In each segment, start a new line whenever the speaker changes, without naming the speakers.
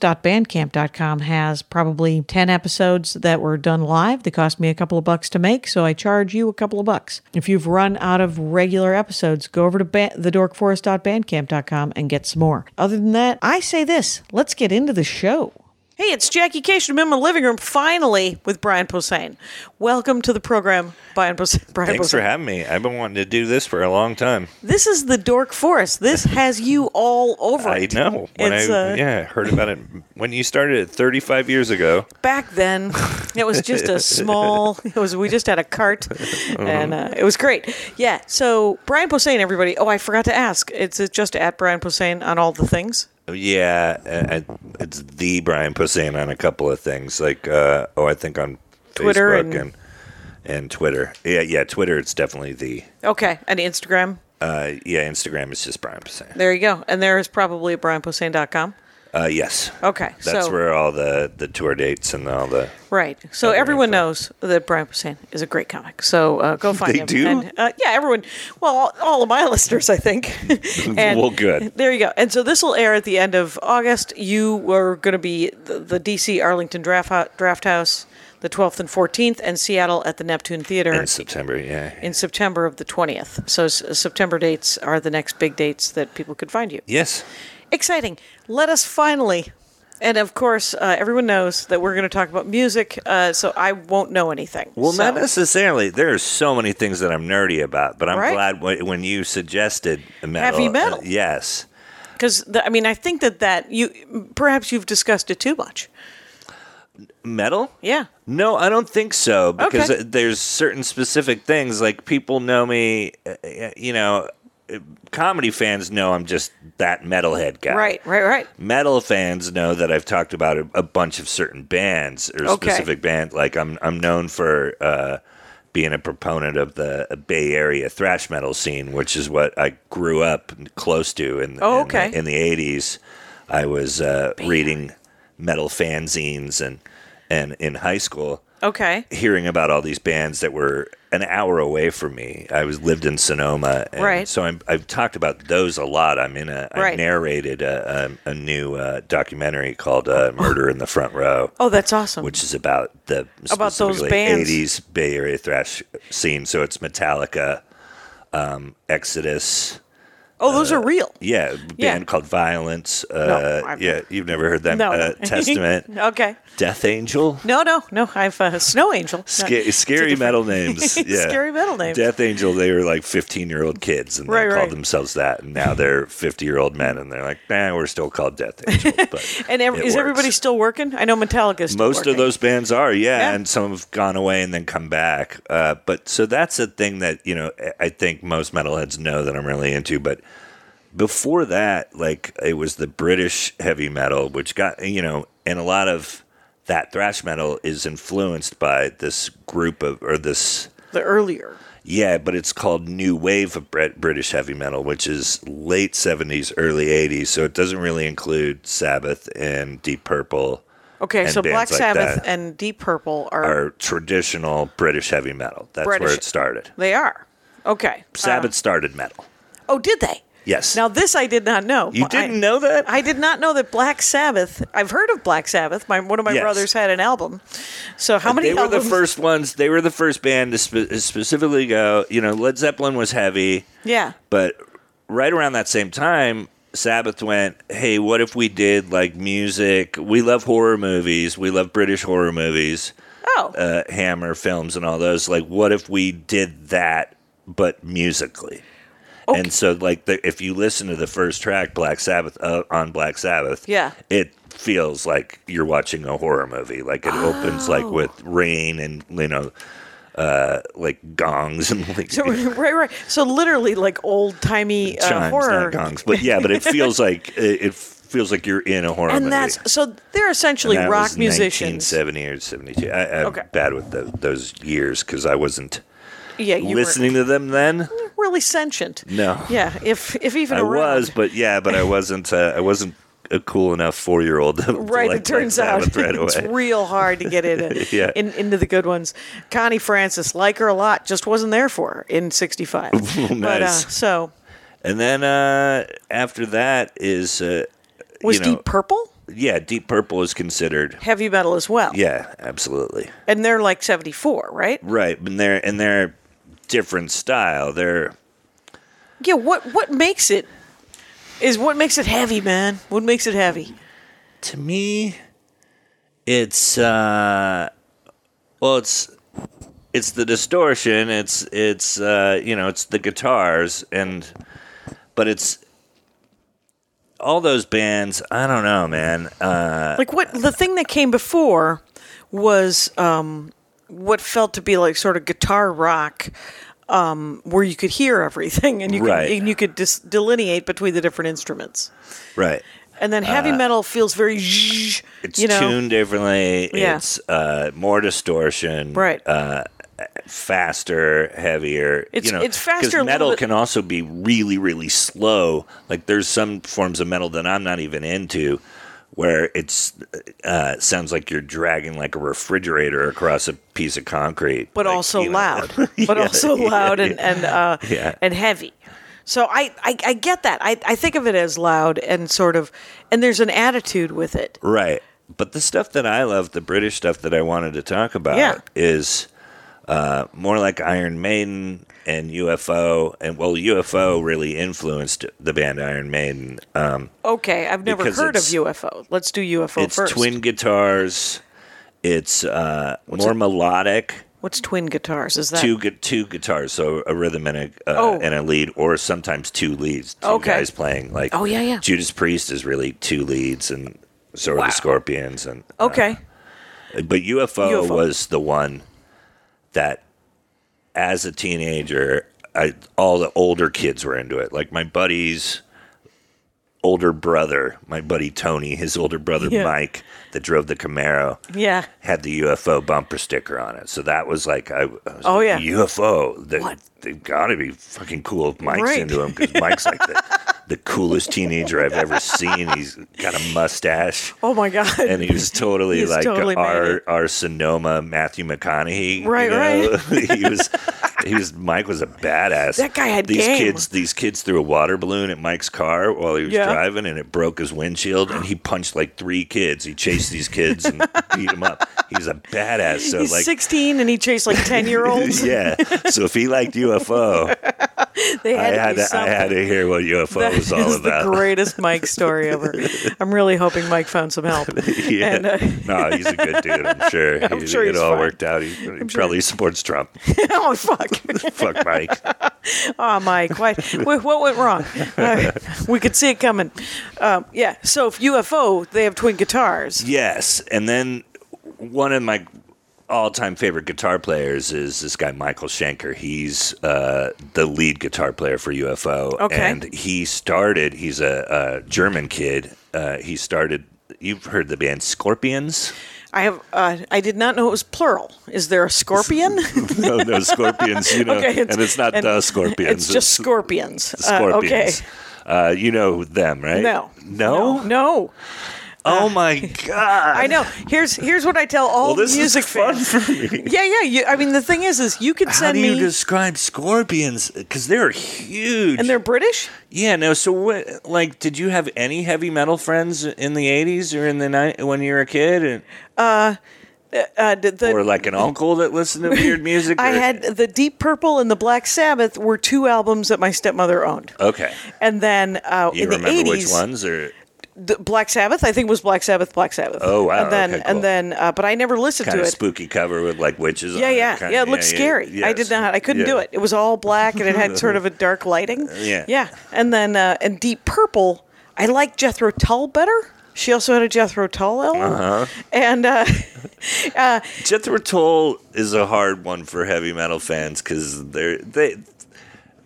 TheDorkForest.bandcamp.com has probably 10 episodes that were done live. They cost me a couple of bucks to make, so I charge you a couple of bucks. If you've run out of regular episodes, go over to ba- TheDorkForest.bandcamp.com and get some more. Other than that, I say this let's get into the show. Hey, it's Jackie Cation. I'm in my living room finally with Brian Posehn. Welcome to the program, Brian Posehn. Brian
Thanks for having me. I've been wanting to do this for a long time.
This is the Dork Forest. This has you all over
I
it.
know. When
It's,
I
uh,
yeah, heard about it when you started it 35 years ago.
Back then, it was just a small. It was we just had a cart,
Uh-huh.
and uh, it was great. Yeah. So Brian Posehn, everybody. Oh, I forgot to ask. It's just at Brian Posehn on all the things.
Yeah, I, I- it's the Brian Posehn on a couple of things like uh, oh, I think on
Twitter
Facebook
and-
and and Twitter. Yeah, yeah, Twitter. It's definitely the
Okay, and Instagram.
uh, yeah. Instagram is just Brian Posehn.
There you go. And there is probably at brianposehn.com.
Uh, yes.
Okay,
That's
so-
where all the the tour dates and all the
Right. So
Other
everyone
info.
knows that Brian Posehn is a great comic. So uh, go find
They
him.
do?
And, uh, yeah, everyone. Well, all, all of my listeners, I think. And
Well, good.
There you go. And so this will air at the end of August. You were going to be the, the DC Arlington Draft, Ho- Draft House the 12th and 14th, and Seattle at the Neptune Theater
in September. Yeah.
in September of the 20th. So s- September dates are the next big dates that people could find you
yes.
exciting. Let us finally. And of course, uh, everyone knows that we're going to talk about music, uh, so I won't know anything.
Well,
So-
not necessarily. There are so many things that I'm nerdy about, but I'm
Right.
glad w- when you suggested metal.
Heavy metal.
uh, yes.
because I mean, I think that that you perhaps you've discussed it too much.
Metal?
Yeah,
No, I don't think so because
Okay.
uh, there's certain specific things like people know me, uh, uh, you know, uh, comedy fans know I'm just that metalhead guy.
right, right, right.
Metal fans know that I've talked about a, a bunch of certain bands or
Okay.
specific bands. Like I'm, I'm known for uh, being a proponent of the Bay Area thrash metal scene, which is what I grew up close to. In,
Oh,
in the-
okay.
in the '80s, I was uh, reading metal fanzines and and in high school
Okay,
hearing about all these bands that were an hour away from me. I was lived in Sonoma, and
Right.
So I'm, I've talked about those a lot. I'm in a. I
Right.
narrated a, a, a new uh, documentary called uh, "Murder in the Front Row,"
Oh, that's awesome.
which is about the
About those
specifically
bands.
'80s Bay Area thrash scene. So it's Metallica, um, Exodus.
Oh, those are real.
Yeah, band
Yeah.
called Violence. Uh,
No, I've-
yeah, you've never heard them.
No.
Uh, Testament,
okay.
Death Angel.
No, no, no. I've uh, Snow Angel.
Sca-
No, it's a
scary
different-
metal names. Yeah.
Scary metal names.
Death Angel, they were like 15 year old kids and they
Right,
called
right.
themselves that. And now they're 50 year old men and they're like, nah, we're still called Death Angel. But
And ev-
it
is everybody
works.
still working? I know Metallica's still
Most
working.
of those bands are, yeah,
Yeah.
and some have gone away and then come back. Uh, but so that's a thing that you know I- I think most metalheads know that I'm really into. But before that, like it was the British heavy metal, which got you know, and a lot of that thrash metal is influenced by this group of or this
the earlier.
yeah, but it's called New Wave of Brit- British Heavy Metal, which is late 70s, early 80s. So it doesn't really include Sabbath and Deep Purple
Okay,
And
so Black
bands like
Sabbath
that.
and Deep Purple are,
are traditional British heavy metal. That's where
British. Oh.
it started.
they are. Okay.
Sabbath started metal.
Uh, oh, did they?
Yes.
Now this I did not know.
you
I-
didn't know that?
I did not know that Black Sabbath. I've heard of Black Sabbath. My one of my
Yes.
brothers had an album. So how many
they were the
albums?
first ones. They were the first band to spe- specifically go. You know, Led Zeppelin was heavy.
Yeah.
But right around that same time, Sabbath went, "Hey, what if we did like music? We love horror movies. We love British horror movies,
Oh,
uh, Hammer films, and all those. Like, what if we did that, but musically?" And so, like, the, if you listen to the first track, Black Sabbath, uh, on Black Sabbath,
Yeah.
it feels like you're watching a horror movie. Like, it opens like
Oh.
with rain and you know, uh, like gongs and like
so, right, right. So literally like old timey uh,
chimes,
horror.
not gongs. But yeah, but it feels like it, it feels like you're in a horror
and
movie.
that's so they're essentially
That
rock
was
musicians.
1970 or 72. I, I'm
Okay.
bad with tho- those years because I wasn't
Yeah, you
listening to them then.
were really sentient.
No.
Yeah, if if even
I
around.
was, but yeah, but I wasn't. Uh, I wasn't a cool enough four year old.
Right,
like
it turns
Black
out
Sabbath right away.
it's real hard to get in, it-
Yeah.
in into the good ones. Connie Francis, like her a lot, just wasn't there for her in '65. But uh,
Nice.
so
and then uh, after that is uh,
was
you know,
Deep Purple
Yeah, Deep Purple is considered.
heavy metal as well?
Yeah, absolutely.
and they're like '74, right?
Right, and they're and they're different style. They're
Yeah. What what makes it is what makes it heavy, man? What makes it heavy?
to me it's uh well it's it's the distortion it's it's uh you know it's the guitars and but it's all those bands i don't know man uh
like what the thing that came before was um, what felt to be like sort of guitar rock um, where you could hear everything and you
Right.
could and you could dis- delineate between the different instruments
right
and then heavy metal feels very zzzz,
Uh, it's
you know
tuned differently
Yeah.
it's uh more distortion
right
faster, heavier.
It's-
you know,
it's faster, a
because
little
metal
bit-
can also be really, really slow. Like there's some forms of metal that I'm not even into, where it's uh, sounds like you're dragging like a refrigerator across a piece of concrete,
but
Like,
also
you know.
loud but
Yeah,
also
yeah,
loud and
yeah.
and uh,
Yeah.
and heavy so I, I i get that i i think of it as loud and sort of and there's an attitude with it
right. But the stuff that I love, the British stuff that I wanted to talk about,
Yeah.
is uh, more like Iron Maiden and UFO, and well, UFO really influenced the band Iron Maiden.
okay i've never
Because
heard of
it's-
ufo let's do ufo
it's
first
twin guitars. It's uh, more melodic.
What's twin guitars? Is that
Two gu- two guitars, so a rhythm and a uh,
Uh, Oh.
and a lead, or sometimes two leads. Two
Okay.
guys playing like
Oh, yeah, yeah.
Judas Priest is really two leads, and so are the Scorpions and uh,
okay?
but UFO,
UFO.
was the one that, as a teenager, I all the older kids were into it. Like my buddy's older brother, my buddy Tony, his older brother
Yeah.
Mike, that drove the Camaro,
Yeah.
had the UFO bumper sticker on it. So that was like, I, I was
Oh,
like,
yeah.
UFO. They,
What?
They've got to be fucking cool if Mike's
Right.
into them because Mike's like the, the coolest teenager I've ever seen. He's got a mustache
Oh my god.
and he was totally
He's
like
totally made
our
it.
our Sonoma Matthew McConaughey.
Right,
right. he was he was Mike was a badass.
That guy had
these
game.
kids. These kids threw a water balloon at Mike's car while he was
Yeah.
driving, and it broke his windshield. And he punched like three kids. He chased these kids and beat them up. He's a badass. So
He's
like.
16 and he chased like 10 year olds.
yeah. So if he liked UFO,
They
I
had, to
had
do
to, I
something.
had to hear what UFO
That
was all
is
about.
the greatest Mike story ever. I'm really hoping Mike found some help.
yeah.
And, uh,
no, he's a good dude. I'm sure.
I'm
He-
sure
it
he's
all
fine.
worked out. He, he probably supports Trump.
oh fuck!
Fuck Mike.
Oh Mike, why, wh- what went wrong? Uh, we could see it coming. Um, yeah. So if UFO, they have twin guitars.
Yes, and then one of my all-time favorite guitar players is this guy Michael Schenker. He's uh, the lead guitar player for UFO,
Okay.
and he started. He's a, a German kid. Uh, he started. You've heard the band Scorpions?
I have. Uh, I did not know it was plural. Is there a scorpion?
no, no, Scorpions. You know,
Okay, it's-
and it's not
and
the Scorpions.
it's just scorpions.
the
Uh, okay.
Scorpions. Uh, you know them, right?
No.
No?
No.
Oh my god!
I know. Here's here's what I tell all
Well, this
music
is fun
fans.
for me.
Yeah, yeah. You, I mean, the thing is, is you could
How
send
do you
me,
describe scorpions? Because they're huge.
and they're British.
yeah. No. So what? Like, did you have any heavy metal friends in the '80s or in the ni- when you were a kid, and,
Uh, the, the-
or like an uncle that listened to weird music?
I
or-
had the Deep Purple and the Black Sabbath were two albums that my stepmother owned,
Okay.
and then uh,
You
in the
remember which
eighties,
ones? Or
the Black Sabbath. I think was Black Sabbath. Black Sabbath.
Oh, wow,
And then
okay, cool.
and then, uh, but I never listened
kind
to
of
it.
spooky cover with like witches.
Yeah,
on it,
yeah,
kinda-
yeah. It looked scary. I
yes.
did not. I couldn't
Yeah.
do it. It was all black and it had sort of a dark lighting.
yeah.
yeah. And then uh, and Deep Purple. I like Jethro Tull better. She also had a Jethro Tull album. Uh-huh. And uh,
Jethro Tull is a hard one for heavy metal fans because they're they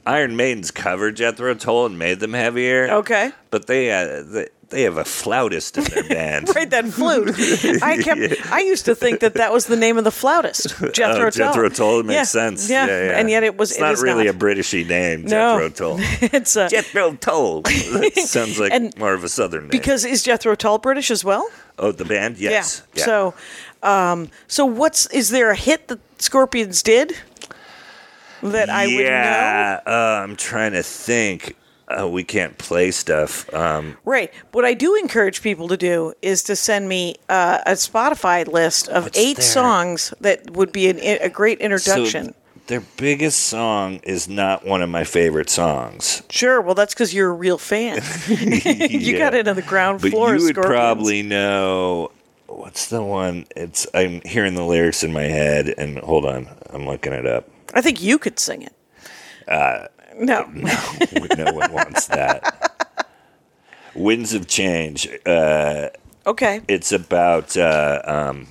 Iron Maiden's covered Jethro Tull and made them heavier.
Okay.
but they uh, they, they have a flautist in their band.
right, that flute. I kept. I used to think that that was the name of the flautist, Jethro Tull.
Oh, Jethro Tull makes
Yeah,
sense.
Yeah. and yet it was.
It's
it
not
is
really
not.
a Britishy name,
No.
Jethro Tull.
It's uh, a,
Jethro Tull that sounds like
And-
more of a southern name.
because is Jethro Tull British as well?
oh, the band, yes.
Yeah. So, um, so what's is there a hit that Scorpions did that I would know?
yeah, uh, I'm trying to think. Uh, we can't play stuff. Um,
Right. What I do encourage people to do is to send me uh, a Spotify list of
What's
eight
there?
songs that would be an, a great introduction.
So their biggest song is not one of my favorite songs.
sure. Well, that's because you're a real fan. You got it on the ground
But
floor.
you
of
would
Scorpions.
probably know what's the one? It's I'm hearing the lyrics in my head, and hold on, I'm looking it up.
I think you could sing it. Uh, no.
no one wants that. Winds of Change. Uh,
Okay.
it's about uh, um,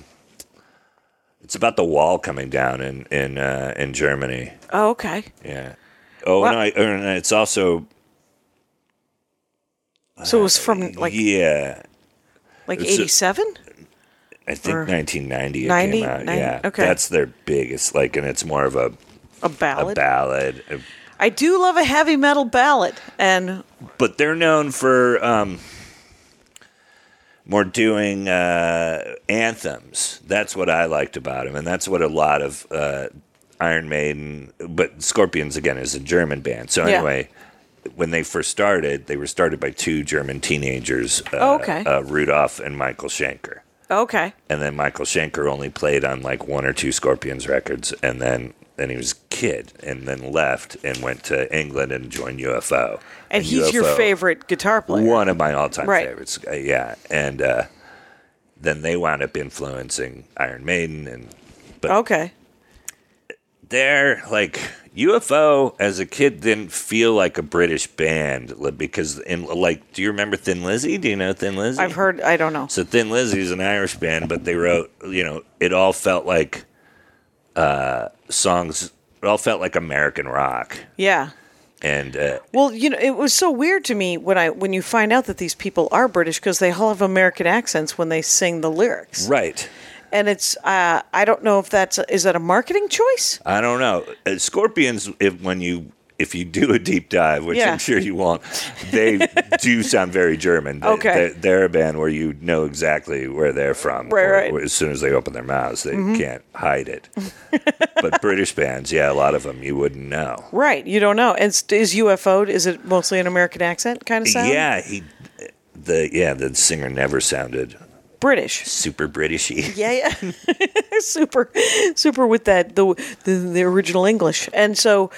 it's about the wall coming down in in uh, in Germany.
Oh, okay.
Yeah. Oh, and, I, and it's also
So it was from like
yeah.
like
it's a-
'87.
I think
Or-
1990 it
90?
came out.
90?
Yeah,
Okay.
that's their biggest. Like, and it's more of a,
A
a
ballad.
ballad,
I do love a heavy metal ballad, and
but they're known for um, more doing uh, anthems. That's what I liked about them, and that's what a lot of uh, Iron Maiden, but Scorpions again is a German band. So
Yeah.
anyway. When they first started, they were started by two German teenagers, uh,
Oh, okay.
uh, Rudolf and Michael Schenker.
okay,
and then Michael Schenker only played on like one or two Scorpions records, and then then he was a kid, and then left and went to England and joined UFO.
and he's your
UFO,
favorite guitar player.
one of my all-time
Right.
favorites. Uh, yeah, and uh, then they wound up influencing Iron Maiden, and but
Okay.
they're like UFO as a kid didn't feel like a British band li- because in like, do you remember Thin Lizzy? Do you know Thin Lizzy?
I've heard. I don't know.
So Thin Lizzy's an Irish band, but they wrote, you know, it all felt like uh, songs. It all felt like American rock,
Yeah.
and uh,
Well, you know, it was so weird to me when I when you find out that these people are British because they all have American accents when they sing the lyrics,
right.
and it's uh, I don't know if that's is that a marketing choice?
I don't know. Uh, Scorpions, if when you if you do a deep dive, which
Yeah.
I'm sure you won't, they do sound very German. They,
Okay.
they're, they're a band where you know exactly where they're from.
Right,
or-
right. Mm-hmm.
or as soon as they open their mouths, they can't hide it. but British bands, yeah, a lot of them you wouldn't know.
Right, you don't know. And s- is UFO? Is it mostly an American accent kind of sound?
Yeah, he the yeah, the singer never sounded
British.
super Britishy.
Yeah, yeah, super, super with that the, the the original English, and so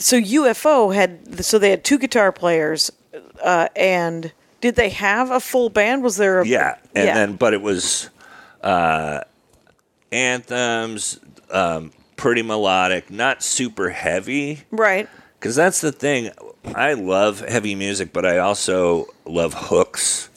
so UFO had so they had two guitar players, uh, and did they have a full band? Was there a
Yeah, and
Yeah.
then but it was uh, anthems, um, pretty melodic, not super heavy.
right?
Because that's the thing. I love heavy music, but I also love hooks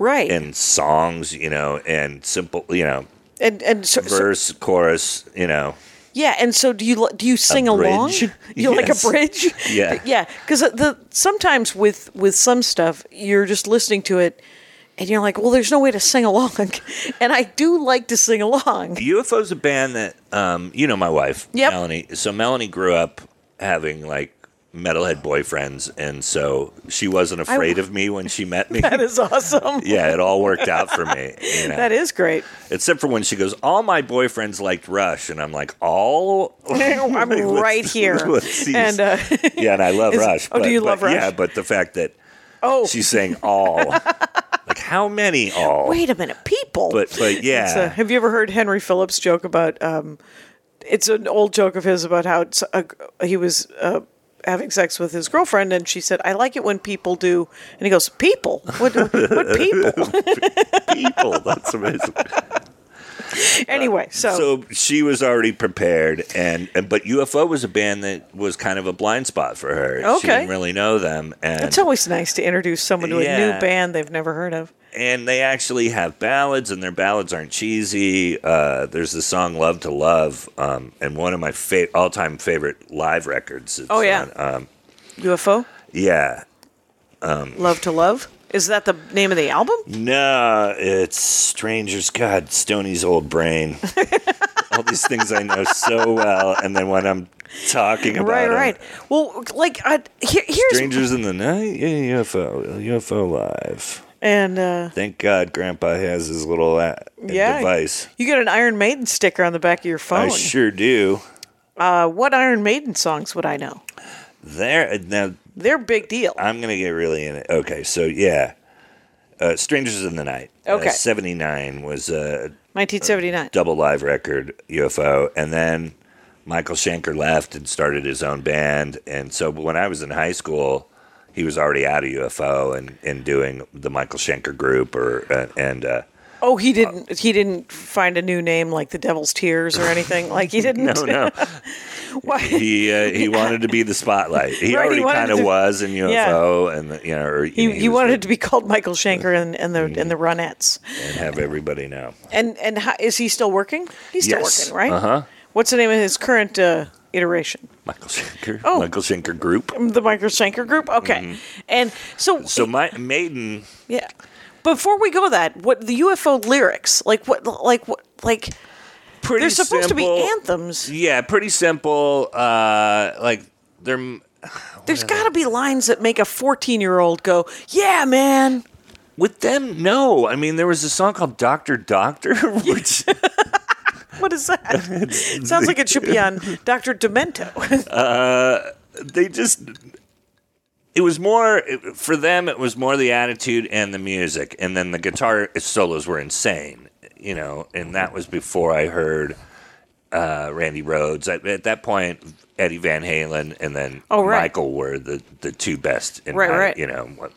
Right.
and songs, you know, and simple, you know,
and and so, so-
verse, chorus, you know.
yeah, and so do you li- do you sing along?
bridge?
You like a
Yes.
bridge?
Yeah.
yeah. Because the sometimes with with some stuff you're just listening to it, and you're like, well, there's no way to sing along, and I do like to sing along.
UFO's a band that, um, you know, my wife,
Yep.
Melanie. So Melanie grew up having like metalhead boyfriends, and so she wasn't afraid of me when she met me.
That is awesome.
yeah, it all worked out for me. You know?
That is great.
Except for when she goes, all my boyfriends liked Rush, and I'm like, all.
I'm right here. And,
and
uh,
yeah, and I love
Is-
Rush.
oh, do
but-
you love
but- Yeah,
Rush?
but the fact that
Oh,
she's saying all, like how many all?
wait a minute, people.
But
It's,
but
uh,
yeah,
have you ever heard Henry Phillips' joke about? Um, it's an old joke of his about how it's a, he was uh, having sex with his girlfriend, and she said, "I like it when people do," and he goes, "People? What? what people?"
people. That's amazing.
anyway, so,
So she was already prepared, and, and but UFO was a band that was kind of a blind spot for her. she
Okay.
didn't really know them, and
it's always nice to introduce someone to a
Yeah.
new band they've never heard of.
and they actually have ballads, and their ballads aren't cheesy. Uh, there's the song "Love to Love," um, and one of my fa- all-time favorite live records. It's
Oh, yeah.
on, um,
UFO,
yeah.
Love to Love. Is that the name of the album?
No, it's strangers. God, Stony's old brain. All these things I know so well, and then when I'm talking about
Right,
'em,
right. Well, like I, here, here's
strangers in the night, yeah, UFO, UFO live.
and uh,
Thank God, Grandpa has his little uh,
Yeah. Oh,
device.
you got an Iron Maiden sticker on the back of your
I
phone.
sure do.
uh, what Iron Maiden songs would I know?
There now,
They're big deal.
I'm gonna get really in it. Okay, so yeah, uh, Strangers in the Night. uh,
Okay.
'79 was a
1979.
double live record UFO, and then Michael Schenker left and started his own band. And so when I was in high school, he was already out of UFO and, and doing the Michael Schenker group or uh, and uh,
Oh, he didn't. he didn't find a new name like the Devil's Tears or anything. Like he didn't.
no no
Why-
he uh, he wanted to be the spotlight. He
Right, he
already
wanted
kind of
to-
was in UFO and you know or,
He,
you
he wanted to be called Michael Shanker and, and the and the Ronettes.
and have everybody know.
And and how, is he still working? He's still
Yes.
working, right?
Uh-huh.
What's the name of his current uh, iteration?
Michael Schenker.
Oh.
Michael Schenker group.
The Michael Shanker Group. Okay. And so,
Mm-hmm. So my Maiden
yeah. Before we go, that what the UFO lyrics like? What like what like?
pretty
They're supposed to be
simple-
anthems.
Yeah, pretty simple. Uh, like they're
There's got to be lines that make a 14 year old go, yeah, man.
with them. No, I mean there was a song called Doctor Doctor, which
What is that? It Sounds like it should be on Dr. Demento.
they just. It was more for them. It was more the attitude and the music, and then the guitar solos were insane. You know, and that was before I heard uh, Randy Rhodes. At, at that point, Eddie Van Halen and then
Oh, right.
Michael were the, the two best. In
Right,
my,
right.
You know, what,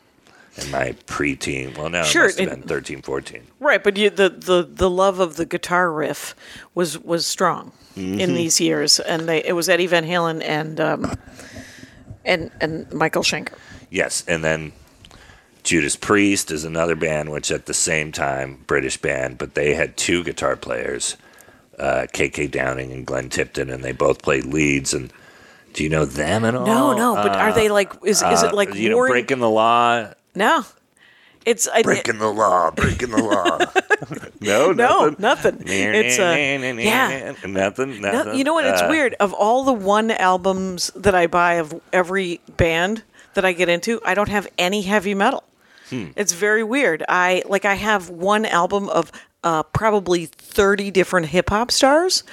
in my preteen. Well, no,
Sure,
it must have
it-
been 13, 14.
right, but you, the, the, the love of the guitar riff was was strong
Mm-hmm.
in these years, and they it was Eddie Van Halen and um, and and Michael Schenker.
Yes, and then Judas Priest is another band, which at the same time British band, but they had two guitar players, uh, KK Downing and Glenn Tipton, and they both played leads. And do you know them at all?
No, no, but are they like? Is is it
Oh, Uh,
like
you know
Warren-
breaking the law?
No, it's I,
Breaking the law, breaking the law. no,
no
nothing.
nothing. It's uh, yeah.
nothing,
No,
nothing.
you know what? It's
Uh,
weird. Of all the one albums that I buy of every band that I get into, I don't have any heavy metal. It's very weird. I like I have one album of uh, probably thirty different hip hop stars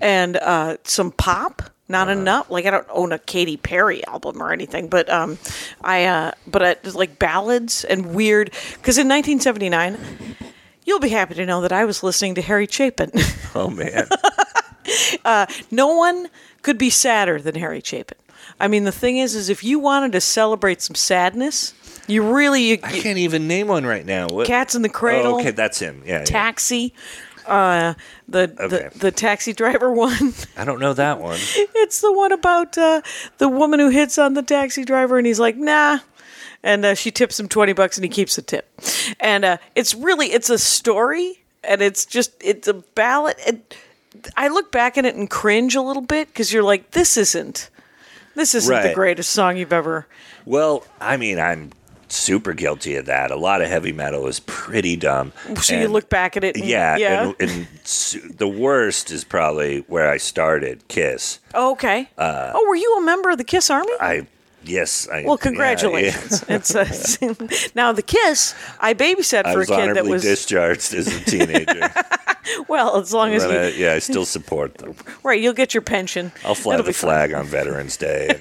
and uh, some pop. Not enough. Like I don't own a Katy Perry album or anything, but um, I uh, but I, just like ballads and weird. Because in 1979, you'll be happy to know that I was listening to Harry Chapin.
Oh man,
uh, no one could be sadder than Harry Chapin. I mean, the thing is, is if you wanted to celebrate some sadness, you really you,
I can't even name one right now. What?
Cats in the Cradle.
Oh, okay, that's him. Yeah, yeah.
taxi. Uh, the,
Okay.
the the taxi driver one.
I don't know that one.
it's the one about uh, the woman who hits on the taxi driver, and he's like, "Nah," and uh, she tips him twenty bucks, and he keeps the tip. And uh, it's really it's a story, and it's just it's a ballad. And I look back at it and cringe a little bit because you're like, "This isn't." This isn't the
Right.
greatest song you've ever.
Well, I mean, I'm super guilty of that. A lot of heavy metal is pretty dumb.
So you
And-
look back at it. And,
Yeah,
Yeah.
And, and s- the worst is probably where I started. Kiss.
oh, okay. oh, were you a member of the Kiss Army?
I yes. I,
Well,
yeah, yeah.
congratulations. It's uh now the kiss. I babysat
I
for a
was
kid that
honorably
was
discharged as a teenager.
well, as long as
but I,
you,
yeah, I still support them.
right, you'll get your pension.
I'll fly
It'll
the
be fine.
flag on Veterans Day.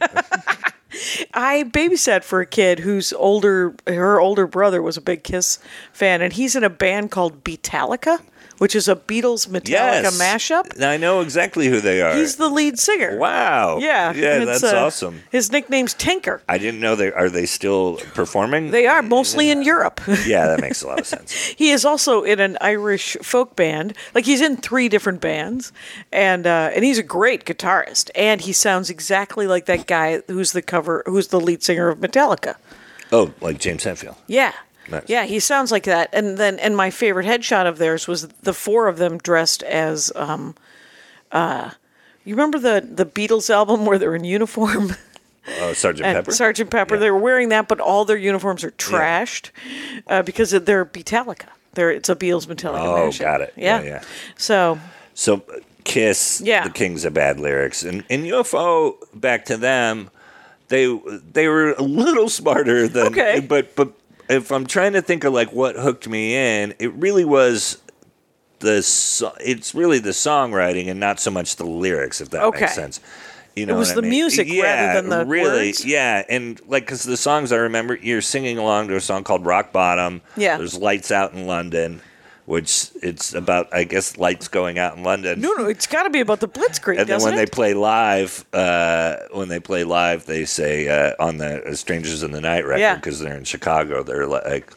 I babysat for a kid whose older her older brother was a big Kiss fan, and he's in a band called Beatallica, which is a Beatles Metallica
yes,
mashup.
Now I know exactly who they are.
He's the lead singer.
wow.
Yeah.
Yeah,
and it's,
that's
uh,
awesome.
His nickname's Tinker.
I didn't know they are they still performing.
They are mostly in Europe.
Yeah, that makes a lot of sense.
He is also in an Irish folk band. Like he's in three different bands, and uh, and he's a great guitarist. And he sounds exactly like that guy who's the cover, who's the lead singer of Metallica.
Oh, like James Hetfield.
Yeah.
Nice.
Yeah, he sounds like that. And then and my favorite headshot of theirs was the four of them dressed as um uh you remember the the Beatles album where they're in uniform?
Oh, Sergeant
and
Pepper.
Uh, Sergeant Pepper.
Yeah.
They were wearing that, but all their uniforms are trashed uh, because of their Beatallica. They're, it's a Beals Metallica.
Oh,
mashup.
got it.
Yeah.
Yeah, yeah.
So
So uh, Kiss,
Yeah.
the Kings of Bad Lyrics, and and UFO. Back to them, they they were a little smarter than,
Okay.
but but if I'm trying to think of like what hooked me in, it really was the so- it's really the songwriting and not so much the lyrics, if that
Okay.
makes sense. You know,
was
what I
the
mean?
music rather
Yeah,
than the
really,
words?
yeah, and like because the songs I remember, you're singing along to a song called "Rock Bottom."
Yeah.
there's lights out in London, which it's about, I guess, lights going out in London.
no, no, it's got to be about the Blitzkrieg,
And then
doesn't
when they
it?
play live, uh, when they play live, they say uh, on the uh, "Strangers in the Night" record
Yeah.
because they're in Chicago. They're li- like,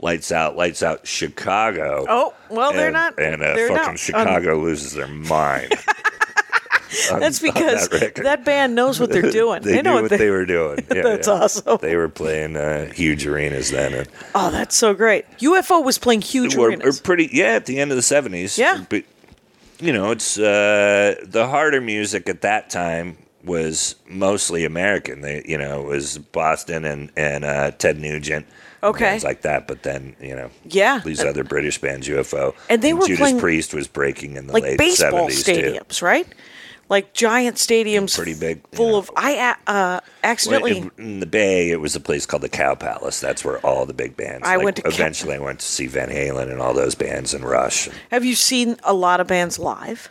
"Lights out, lights out, Chicago."
oh well, they're
And-
not.
And uh,
they're
fucking
not on-
Chicago loses their mind. on-
that's
on
because that,
record.
band knows what they're doing.
they,
they know
knew
what
what
they.
they, were doing. Yeah,
That's
yeah.
awesome.
They were playing uh, huge arenas then. And,
oh, that's so great. UFO was playing huge
were, er, were
arenas.
pretty yeah at the end of the 70s
Yeah.
but you know it's uh the harder music at that time was mostly american they you know it was boston and and uh ted nugent and
Okay.
bands like that but then you know
Yeah.
these other british bands ufo
And they were
judas
playing-
priest was breaking in the
like
late
baseball
70s too
stadiums, right? Like giant stadiums,
Pretty big, you
full
know.
of. I uh, uh,
Well,
accidentally.
in, in the Bay, it was a place called the Cow Palace. That's where all the big bands.
I went to Cow-
eventually. I went to see Van Halen and all those bands and Rush.
Have you seen a lot of bands live?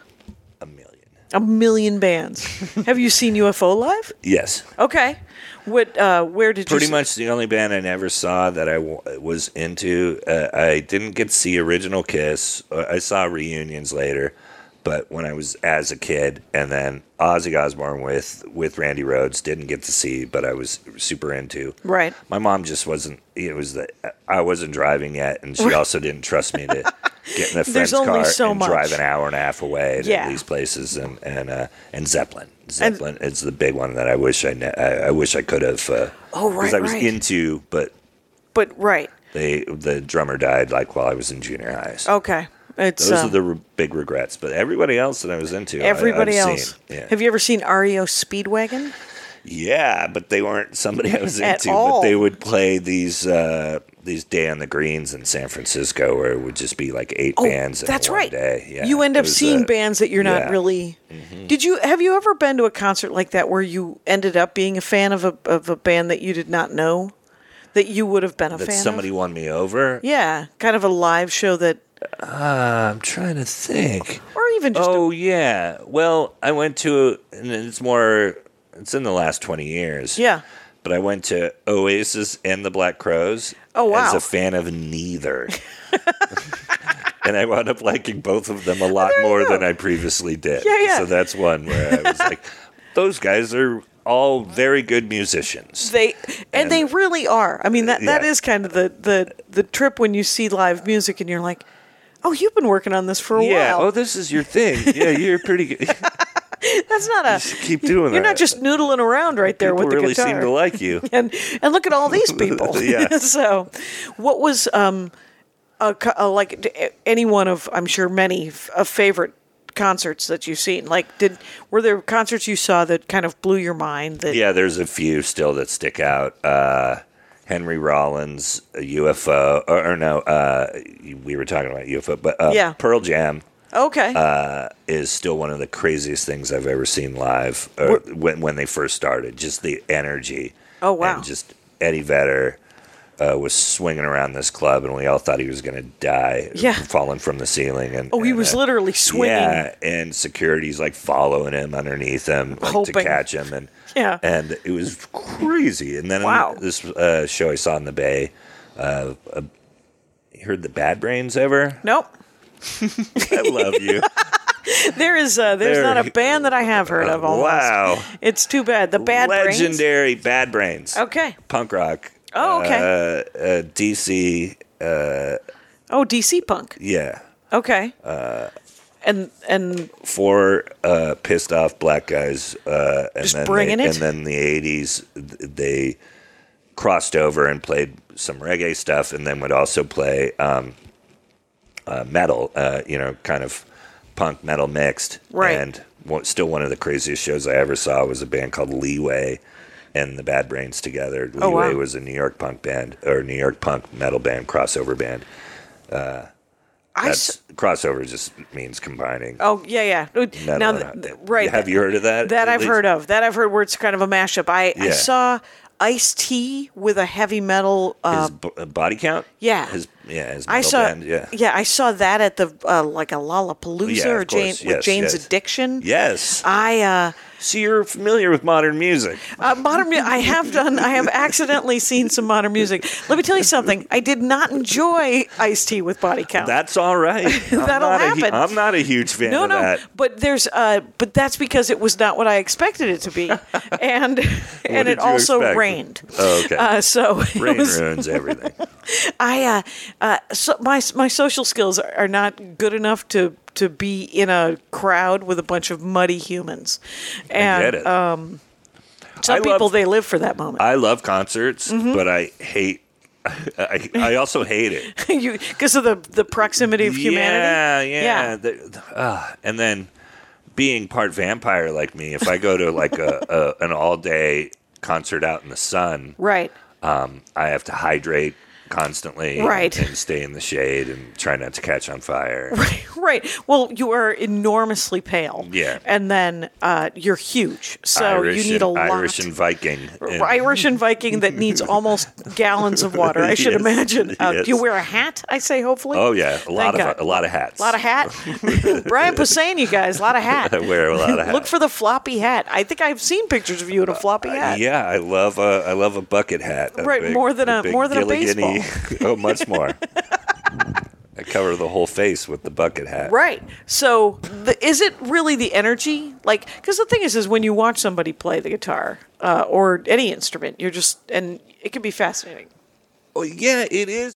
A million.
A million bands. Have you seen UFO live?
Yes.
Okay. What? Uh, where did
pretty
you?
much the only band I never saw that I w- was into. Uh, I didn't get to see original Kiss. Uh, I saw reunions later, but when I was as a kid, and then Ozzy Osbourne with with Randy Rhodes didn't get to see, but I was super into.
Right.
My mom just wasn't. It was that I wasn't driving yet, and she also didn't trust me to get in a friend's
only
car
so
and
much.
drive an hour and a half away to
Yeah.
these places, and and uh, and Zeppelin. Zeppelin is the big one that I wish I ne- I, I wish I could have. Uh,
Oh, right,
because I was
right.
into, but
But right.
they the drummer died like while I was in junior high. So
Okay. It's
those
uh,
are the re- big regrets. But everybody else that I was into, I-
everybody
I've
else.
seen. Yeah.
Have you ever seen REO Speedwagon?
yeah, but they weren't somebody I was
At
into.
all.
But they would play these uh, these day on the greens in San Francisco, where it would just be like eight bands. in
Oh, that's
one
right.
Day. Yeah,
you end
it
up
was,
seeing
uh,
bands that you're not
yeah. Mm-hmm.
really. Did you have you ever been to a concert like that where you ended up being a fan of a of a band that you did not know, that you would have been a
That
fan
somebody
of?
won me over.
Yeah, kind of a live show that,
I'm trying to think.
or even just
oh yeah. Well, I went to and it's more. It's in the last twenty years.
a, yeah.
but I went to Oasis and the Black Crows.
Oh, wow.
As a fan of neither. and I wound up liking both of them a lot
There you
more than
go.
I previously did.
Yeah, yeah.
So that's one where I was like, those guys are all very good musicians.
They and,
And-
they really are. I mean that that
Yeah.
is kind of the, the the trip when you see live music and you're like, oh, you've been working on this for a
yeah.
while.
Oh, this is your thing. Yeah, you're pretty good.
That's not a
Keep doing
You're
that.
not just noodling around right there
People
with the
really
guitar.
seem to like you.
and and look at all these people.
Yeah.
so, what was um a, co- a, like d- any one of I'm sure many f- a favorite concerts that you've seen? Like, did were there concerts you saw that kind of blew your mind? That
Yeah, there's a few still that stick out. Uh, Henry Rollins, a UFO, or, or no, uh, we were talking about UFO, but uh,
Yeah.
Pearl Jam
okay,
uh, is still one of the craziest things I've ever seen live. Or when when they first started, just the energy.
Oh, wow.
And just Eddie Vedder uh, was swinging around this club, and we all thought he was going to die,
Yeah.
falling from the ceiling. And
oh, he
and,
was
uh,
literally swinging.
yeah, and security's like following him underneath him like, to
Hoping.
catch him, and
Yeah.
and it was crazy. And then
Wow.
this uh, show I saw in the Bay, uh, uh, you heard the Bad Brains ever?
Nope.
I love you.
There is uh, there's
There
not a
he- Uh,
band that I have heard of. Almost.
wow,
It's too bad. The bad Brains?
legendary Bad Brains.
Okay.
punk rock.
Oh, okay.
Uh, uh, DC,
Oh, DC punk.
yeah.
Okay. Uh, and and
Four uh, pissed off black guys, uh, and
Just
then
bringing
they,
it?
and then the '80s th- they crossed over and played some reggae stuff, and then would also play um, uh, metal, uh, you know, kind of punk metal mixed.
Right.
And one, still one of the craziest shows I ever saw was a band called Leeway and the Bad Brains together. Leeway
Oh, wow.
was a New York punk band or New York punk metal band crossover band.
I.
That's
s-
crossover just means combining.
Oh yeah, yeah.
metal
now,
and
th-
hot-
th- right.
Have you heard of that?
That
at
I've
least?
heard of. That I've heard where it's kind of a mashup. I, I
Yeah.
saw Ice T with a heavy metal. Uh,
His b- body count.
yeah.
His yeah. His metal
I saw.
band. Yeah.
I saw that at the uh, like a Lollapalooza
Yeah,
or
of
Jane
course.
with
Yes,
Jane's
yes.
Addiction.
Yes.
I uh,
so you're familiar with modern music.
uh, modern. mu- I have done. I have accidentally seen some modern music. Let me tell you something. I did not enjoy Ice T with Body Count.
That's all right. I'm
That'll
not a hu-
happen.
I'm not a huge fan
no,
of
no,
that.
but there's, uh, but that's because it was not what I expected it to be, and and
did
it
you
also
expect?
rained.
Oh, okay.
Uh, so it
Rain
was-
ruins everything.
I uh, uh, so my my social skills are, are not good enough to to be in a crowd with a bunch of muddy humans. And
Get it.
Uh, some
I love-
people they live for that moment.
I love concerts,
Mm-hmm.
but I hate. I, I also hate it.
because of the the proximity of humanity.
Yeah, yeah.
Yeah.
The- the- ah, and then being part vampire like me, if I go to like a, a an all day concert out in the sun,
Right.
um, I have to hydrate constantly,
Right.
and, stay in the shade and try not to catch on fire.
Right. Well, you are enormously pale.
Yeah.
And then uh, you're huge. So
Irish
you need a
and,
lot.
Irish and Viking. and-
Irish and Viking that needs almost gallons of water. I should
Yes,
imagine. Uh,
yes.
Do you wear a hat? I say hopefully.
oh yeah, a
Thank
lot of
God.
a lot of hats.
A lot of hat. Brian Posehn, you guys, a lot of hat.
I wear a lot of
Look
hats.
for the floppy hat. I think I've seen pictures of you in a floppy hat.
uh, Yeah, I love a I love a bucket hat. a
Right, more than a-
big
more than a
Gilligan-y- oh, much more. I cover the whole face with the bucket hat.
Right. So, the, is it really the energy? Like, because the thing is, is when you watch somebody play the guitar uh, or any instrument, you're just, and it can be fascinating.
Oh, yeah, it is.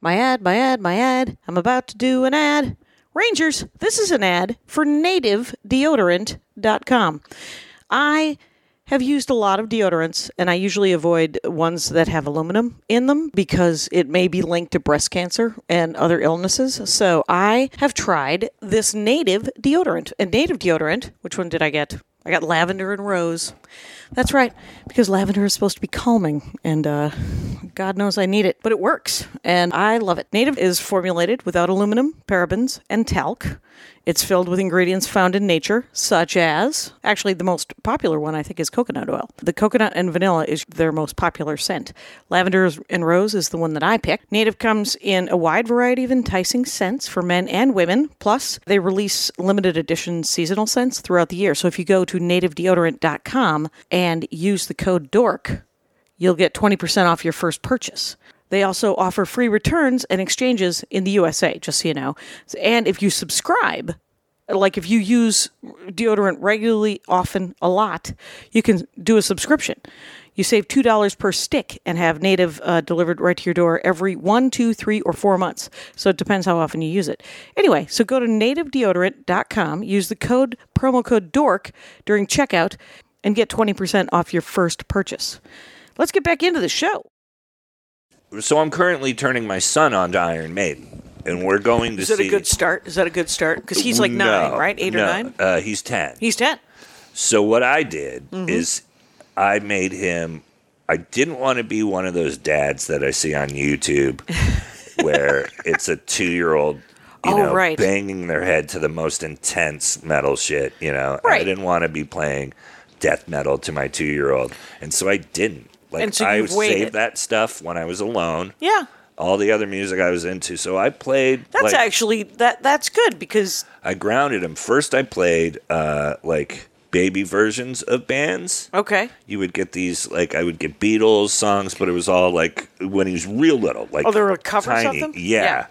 My ad, my ad, my ad. I'm about to do an ad. Rangers, this is an ad for nativedeodorant.com. I have used a lot of deodorants, and I usually avoid ones that have aluminum in them because it may be linked to breast cancer and other illnesses. So I have tried this native deodorant. And native deodorant, which one did I get? I got lavender and rose. That's right, because lavender is supposed to be calming, and uh, God knows I need it, but it works, and I love it. Native is formulated without aluminum, parabens, and talc. It's filled with ingredients found in nature, such as actually the most popular one I think is coconut oil. The coconut and vanilla is their most popular scent. Lavender is- and rose is the one that I picked. Native comes in a wide variety of enticing scents for men and women. Plus, they release limited edition seasonal scents throughout the year. So if you go to nativedeodorant.com and use the code DORK, you'll get 20% off your first purchase. They also offer free returns and exchanges in the USA, just so you know. And if you subscribe, like if you use deodorant regularly, often, a lot, you can do a subscription. You save two dollars per stick and have native uh, delivered right to your door every one, two, three, or four months. So it depends how often you use it. Anyway, so go to nativedeodorant.com, use the code promo code DORK during checkout, and get twenty percent off your first purchase. Let's get back into the show.
So I'm currently turning my son on to Iron Maiden, and we're going to
Is that
see.
a good start? Is that a good start? Because he's like nine,
No,
right? Eight or
no,
nine?
Uh, he's ten.
He's Mm-hmm. ten.
So what I did is I made him I didn't want to be one of those dads that I see on YouTube where it's a 2-year-old you
Oh,
know
right.
banging their head to the most intense metal shit, you know.
Right.
I didn't want to be playing death metal to my 2-year-old. And so I didn't. Like
And so
I
you've waited.
saved that stuff when I was alone.
Yeah.
All the other music I was into. So I played
That's
like,
actually that that's good because
I grounded him. First I played uh like baby versions of bands
okay.
you would get these like I would get Beatles songs, but it was all like when he was real little, like
Oh, they were covers of
tiny.
them?
Yeah.
Yeah.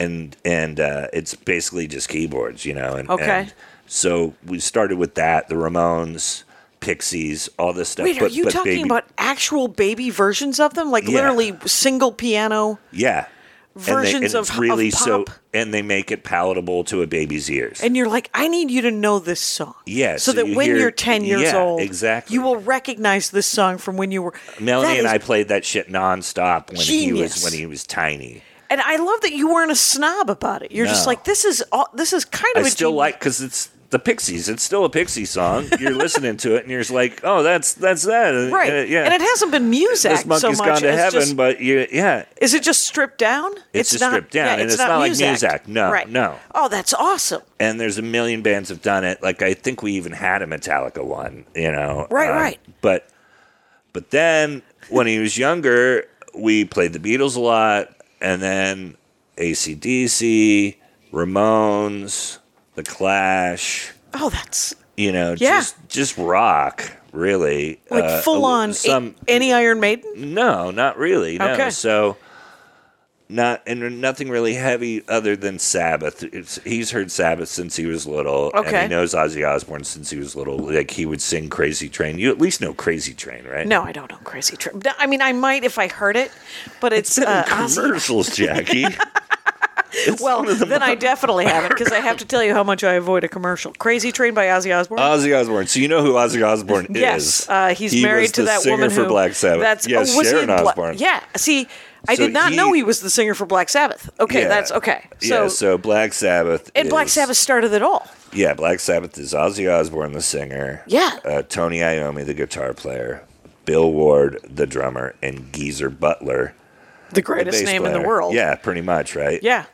and and uh, it's basically just keyboards, you know. And,
Okay.
and so we started with that, the Ramones, Pixies, all this stuff.
Wait, are
but-
you
but
talking
baby-
about actual baby versions of them? Like
Yeah.
literally single piano?
yeah and
versions
they, and it's
of- of
really so,
pop?
and they make it palatable to a baby's ears.
And you're like, I need you to know this song.
Yeah,
So,
so
that
you
when
hear-
you're 10 years
yeah,
old,
exactly. Uh,
you will recognize this song from when you were.
Melanie
That
and
is-
I played that shit nonstop when he
Genius.
was when he was tiny.
And I love that you weren't a snob about it. You're just
No.
like, this is all, this is kind
I
of a
still
genius-
like because it's the Pixies. It's still a Pixie song. You're listening to it, and you're just like, "Oh, that's that's that." And-
Right.
and it- Uh, yeah.
And it hasn't been music
this
so
monkey's
much.
gone to
It's
heaven,
just-
but you, yeah,
Is it just stripped down?
It's just stripped down, and it's not like Muzak. No,
right.
no.
Oh, that's awesome.
and there's a million bands have done it. Like I think we even had a Metallica one, you know. Um,
Right, right.
But but then when he was younger, we played the Beatles a lot, and then ACDC, Ramones, The Clash.
Oh, that's
You know,
Yeah.
just just rock, really.
like
Uh,
full on.
some
any Iron Maiden?
No, not really. No.
Okay.
So not and nothing really heavy other than Sabbath. It's, he's heard Sabbath since he was little. And
Okay.
he knows Ozzy Osbourne since he was little. Like he would sing Crazy Train. You at least know Crazy Train, right?
No, I don't know Crazy Trip. No, I mean, I might if I heard it, but it's,
It's in
uh, Ozzy.
commercials, Jackie. It's
Well,
one of the
then I definitely haven't because I have to tell you how much I avoid a commercial. Crazy Train by Ozzy Osbourne.
Ozzy Osbourne. So you know who Ozzy Osbourne Uh, is?
yes, uh, he's
He was
married to
the
that
singer
woman
for
who.
Black Sabbath.
That's
yes,
oh, was he in
Sharon
Bla-
Osbourne.
yeah. See, I
So
did not
he-
know he was the singer for Black Sabbath. Okay,
Yeah.
that's okay. So,
yeah, so Black Sabbath
and Black
is-
Sabbath started it all.
Yeah, Black Sabbath is Ozzy Osbourne, the singer.
Yeah.
Uh, Tony Iommi, the guitar player. Bill Ward, the drummer, and Geezer Butler,
The
the
greatest
bass
name in the
player.
world.
Yeah, pretty much, right?
yeah.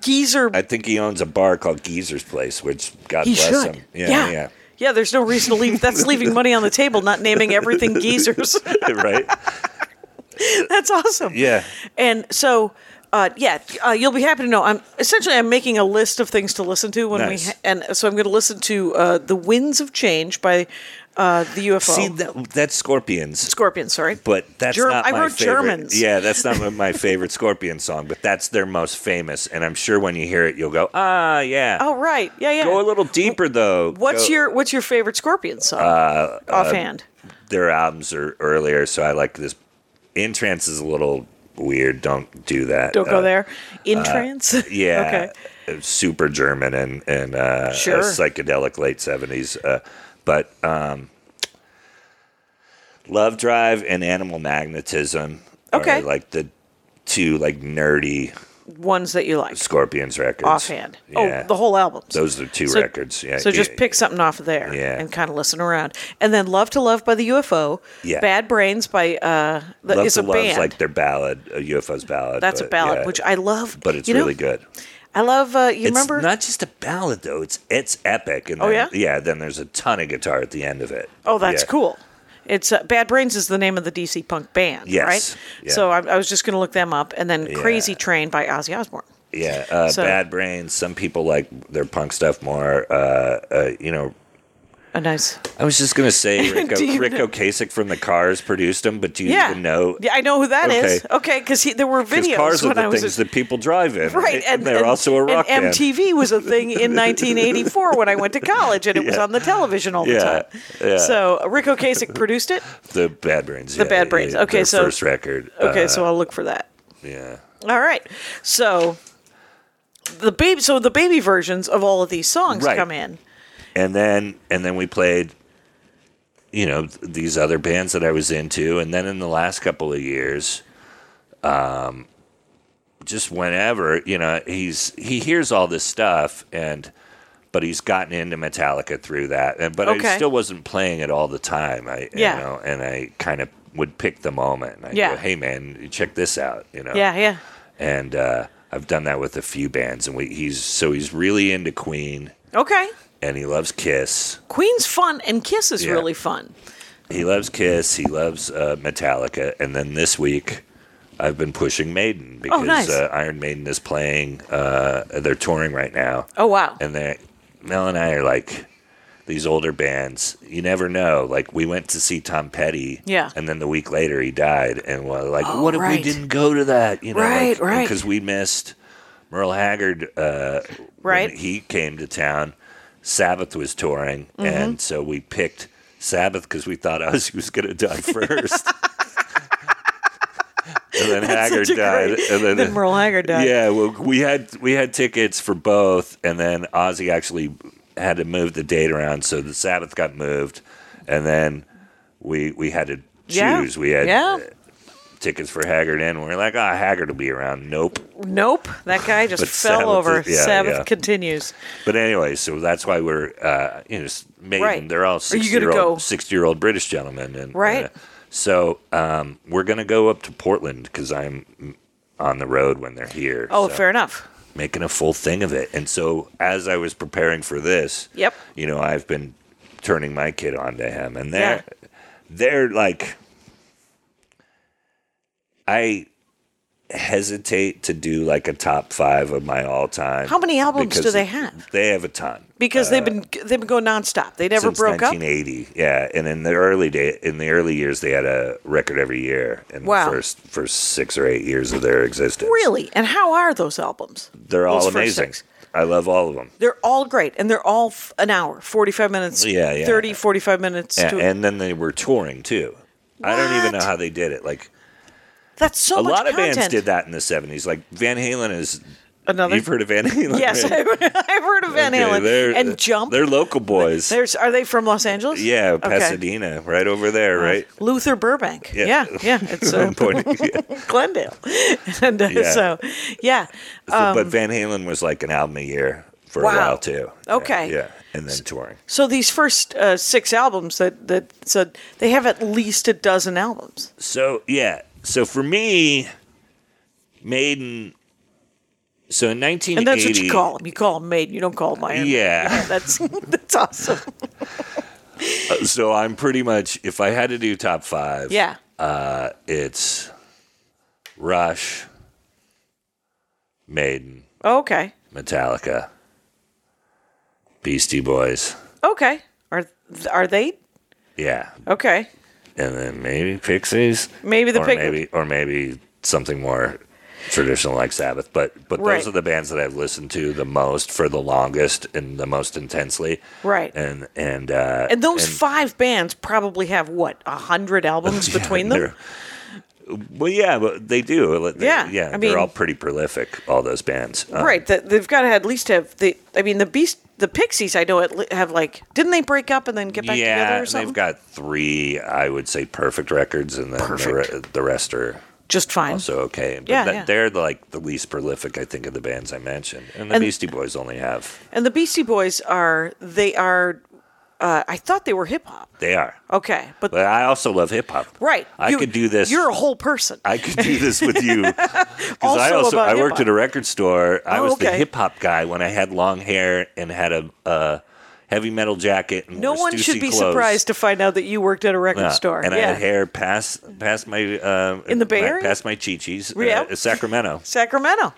Geezer.
I think he owns a bar called Geezer's Place, which God
he
bless
should.
him.
yeah. Yeah, there's no reason to leave. That's leaving money on the table, not naming everything geezers.
yeah. right?
That's awesome.
Yeah.
And so, uh, yeah, uh, you'll be happy to know. I'm essentially I'm making a list of things to listen to when
Nice.
we ha- and so I'm going to listen to uh, the Winds of Change by uh, the UFO
See, that, that's Scorpions.
Scorpion. Sorry,
But that's
Germ-
not
I
my
wrote
favorite.
Germans.
Yeah, that's not my- my favorite Scorpion song, but that's their most famous. And I'm sure when you hear it, you'll go, ah, yeah.
Oh right, yeah, yeah.
Go a little deeper, though.
What's
Go- Uh,
your What's your favorite Scorpion song offhand?
their albums are earlier, so I like this. Entrance is a little weird. Don't do that.
Don't go
Uh,
there. In trance.
Yeah.
okay.
Okay. Super German and and uh,
Sure.
uh, psychedelic late seventies, uh, but um, Love Drive and Animal Magnetism.
Okay.
Are like the two like nerdy
Ones that you like
Scorpions records
offhand.
Yeah.
Oh, the whole albums.
Those are two
So-
records. Yeah.
So just
yeah,
pick something off of there
Yeah.
and kind of listen around. And then Love to Love by the UFO.
Yeah.
Bad Brains by uh the,
Love
is
to
a
Love's
band.
like their ballad, a UFO's ballad.
That's a
but,
ballad,
yeah,
which I love.
But it's
you know,
really good.
I love uh you remember
It's not just a ballad though. It's it's epic. And
Oh,
then,
yeah?
Then there's a ton of guitar at the end of it.
Oh, that's
Yeah.
cool. It's uh, Bad Brains is the name of the DC punk band,
Yes.
right?
Yeah.
So I, I was just going to look them up, and then Crazy Train by Ozzy Osbourne.
Yeah, uh,
So-
Bad Brains. Some people like their punk stuff more. Uh, uh, you know,
a nice.
I was just gonna say Rick,
Do
o-
you
Rick
know-
Ocasek from the Cars produced him, but do you
Yeah.
even know?
Yeah, I know who that is.
Okay.
Okay, because there were
Because
videos
cars are
when I
the
was
things
a,
that people drive in,
right,
And, they're also a rock
and
band.
MTV was a thing in 1984 when I went to college, and it was
Yeah.
on the television all the
Yeah,
time.
yeah.
So Rick Ocasek produced it.
The Bad Brains. The
Bad Brains. Okay, so-
first record.
Okay,
Uh,
so I'll look for that.
yeah.
All right, so the baby, so the baby versions of all of these songs
Right.
come in.
and then and then we played you know th- these other bands that I was into and then in the last couple of years um just whenever you know he's he hears all this stuff and but he's gotten into Metallica through that and but I
Okay.
still wasn't playing it all the time I
Yeah.
you know and I kind of would pick the moment and I
Yeah.
go hey man check this out you know
Yeah, yeah.
and uh I've done that with a few bands and we he's so he's really into Queen
Okay,
and he loves Kiss
Queen's fun, and Kiss is
Yeah.
really fun.
He loves Kiss. He loves uh, Metallica. And then this week, I've been pushing Maiden because
Oh, nice.
uh, Iron Maiden is playing. Uh, they're touring right now.
Oh wow.
And they, Mel and I are like these older bands. You never know. Like we went to see Tom Petty.
Yeah. Oh,
And then the week later, he died. And we're like, what if we
right.
didn't go to that? You know,
Right, right.
Because we missed Merle Haggard. Uh, when
Right.
he came to town. Sabbath was touring,
Mm-hmm.
and so we picked Sabbath because we thought Ozzy was going to die first. and then Haggard
such a
died,
great-
and then,
then Merle Haggard died.
Yeah, well, we had we had tickets for both, and then Ozzy actually had to move the date around, so the Sabbath got moved, and then we we had to
Yeah.
choose. We had
Yeah.
uh, tickets for Haggard, and we we're like, ah, Haggard will be around. Nope.
Nope, that guy just
But
fell
Sabbath
over.
is- yeah,
Sabbath
yeah.
continues.
But anyway, so that's why we're uh, you know s- Maiden.
Right.
They're all
Are you
sixty
gonna
year
go-
old sixty year old British gentlemen, and
Right.
uh, so um, we're gonna go up to Portland because I'm on the road when they're here.
Oh,
so
fair enough.
Making a full thing of it, and so as I was preparing for this,
Yep.
you know, I've been turning my kid on to him, and they're they're like, I hesitate to do like a top five of my all time.
How many albums do
because
they have?
They have a ton
Because they've been they've been going nonstop. They never
Uh, since
broke up.
1980. Yeah, and in the early day, in the early years, they had a record every year in
Wow.
the first first six or eight years of their existence.
Really? And how are those albums?
they're all
Those first
amazing.
six.
I love all of them.
They're all great, and they're all f- an hour, 45 minutes,
Yeah, yeah.
30, 45 minutes.
Yeah,
to,
and then they were touring too. I don't even know
What?
how they did it. Like
that's so
a
much
lot of
content.
bands did that in the 70s. Like Van Halen is.
Another?
You've heard of Van Halen?
Yes,
right?
I've heard of Van
Okay,
Halen.
they're- uh,
and Jump.
They're local boys.
There's, are they from Los Angeles?
yeah,
Okay. Uh,
Pasadena, right over there, right?
Luther Burbank.
Yeah.
Yeah, yeah. It's uh,
I'm pointing- yeah.
Glendale. and uh,
Yeah.
so, yeah. Um,
but Van Halen was like an album a year for
Wow.
a while too. Yeah,
Okay.
Yeah, and then touring.
so these first uh, six albums that, that so they have at least a dozen albums.
So yeah, so for me, Maiden. So in 1980,
And that's what you call them. You call them Maiden. You don't call them Iron Maiden.
Yeah.
That's, that's awesome.
So I'm pretty much if I had to do top five,
Yeah.
uh, it's Rush, Maiden,
Oh, Okay.
Metallica, Beastie Boys.
Okay. Are are they
Yeah,
okay?
and then maybe Pixies.
Maybe the
or
Pixies.
maybe or maybe something more traditional like Sabbath. But but
Right.
those are the bands that I've listened to the most for the longest and the most intensely.
Right.
And and uh,
And those five bands probably have what a hundred albums
yeah,
between them.
they're- Well, yeah, but they do. Like, they-
Yeah,
yeah.
I
they're
mean-
all pretty prolific. All those bands. Um,
Right. That they've got to at least have the. I mean, the Beast, the Pixies. I know at le- have like didn't they break up and then get back
Yeah,
together or
and
something?
they've got three, I would say, perfect records, and then the, re- the rest are
Just fine.
also okay. But
Yeah,
that,
yeah.
they're like the least prolific, I think, of the bands I mentioned. And the
And-
Beastie Boys only have
and the Beastie Boys are they are. Uh, I thought they were hip hop.
they are.
Okay, but
But I also love hip hop.
right,
I
you-
could do this.
You're a whole person.
I could do this with you. Because I
Also
also
about
I worked
hip-hop.
at a record store. I
Oh,
was the
okay.
hip hop guy when I had long hair and had a uh, heavy metal jacket. And
No
wore
one should
Stussy
be
clothes.
surprised to find out that you worked at a record
Yeah.
store.
And
yeah.
I had hair past past my uh,
In the Bay
my-
Area?
past my chichis. uh,
Yeah.
Sacramento.
Sacramento.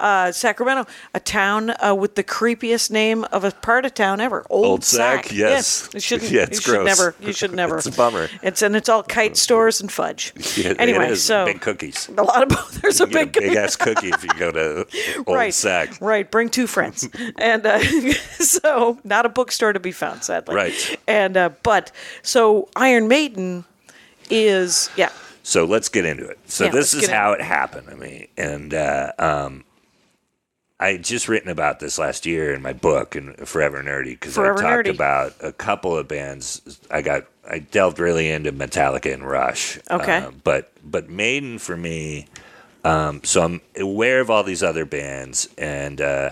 Uh, Sacramento, a town uh, with the creepiest name of a part of town ever. Old,
Old Sac, yes.
You shouldn't,
Yeah, it's
you
gross.
Should never, you should never.
It's a bummer.
It's and it's all kite stores and fudge.
Yeah,
anyway,
it is.
so
big cookies.
a lot of there's a
You get
big
a big ass cookie if you go to Old
right,
Sac.
Right, bring two friends, and uh, so not a bookstore to be found, sadly.
Right.
and uh, but so Iron Maiden is yeah.
So let's get into it. So
Yeah, let's
this is
get in-
how it happened to me, and uh, um, I had just written about this last year in my book and Forever Nerdy because I
Forever
talked
Nerdy.
about a couple of bands. I got I delved really into Metallica and Rush.
Okay.
uh, but but Maiden for me. Um, so I'm aware of all these other bands, and uh,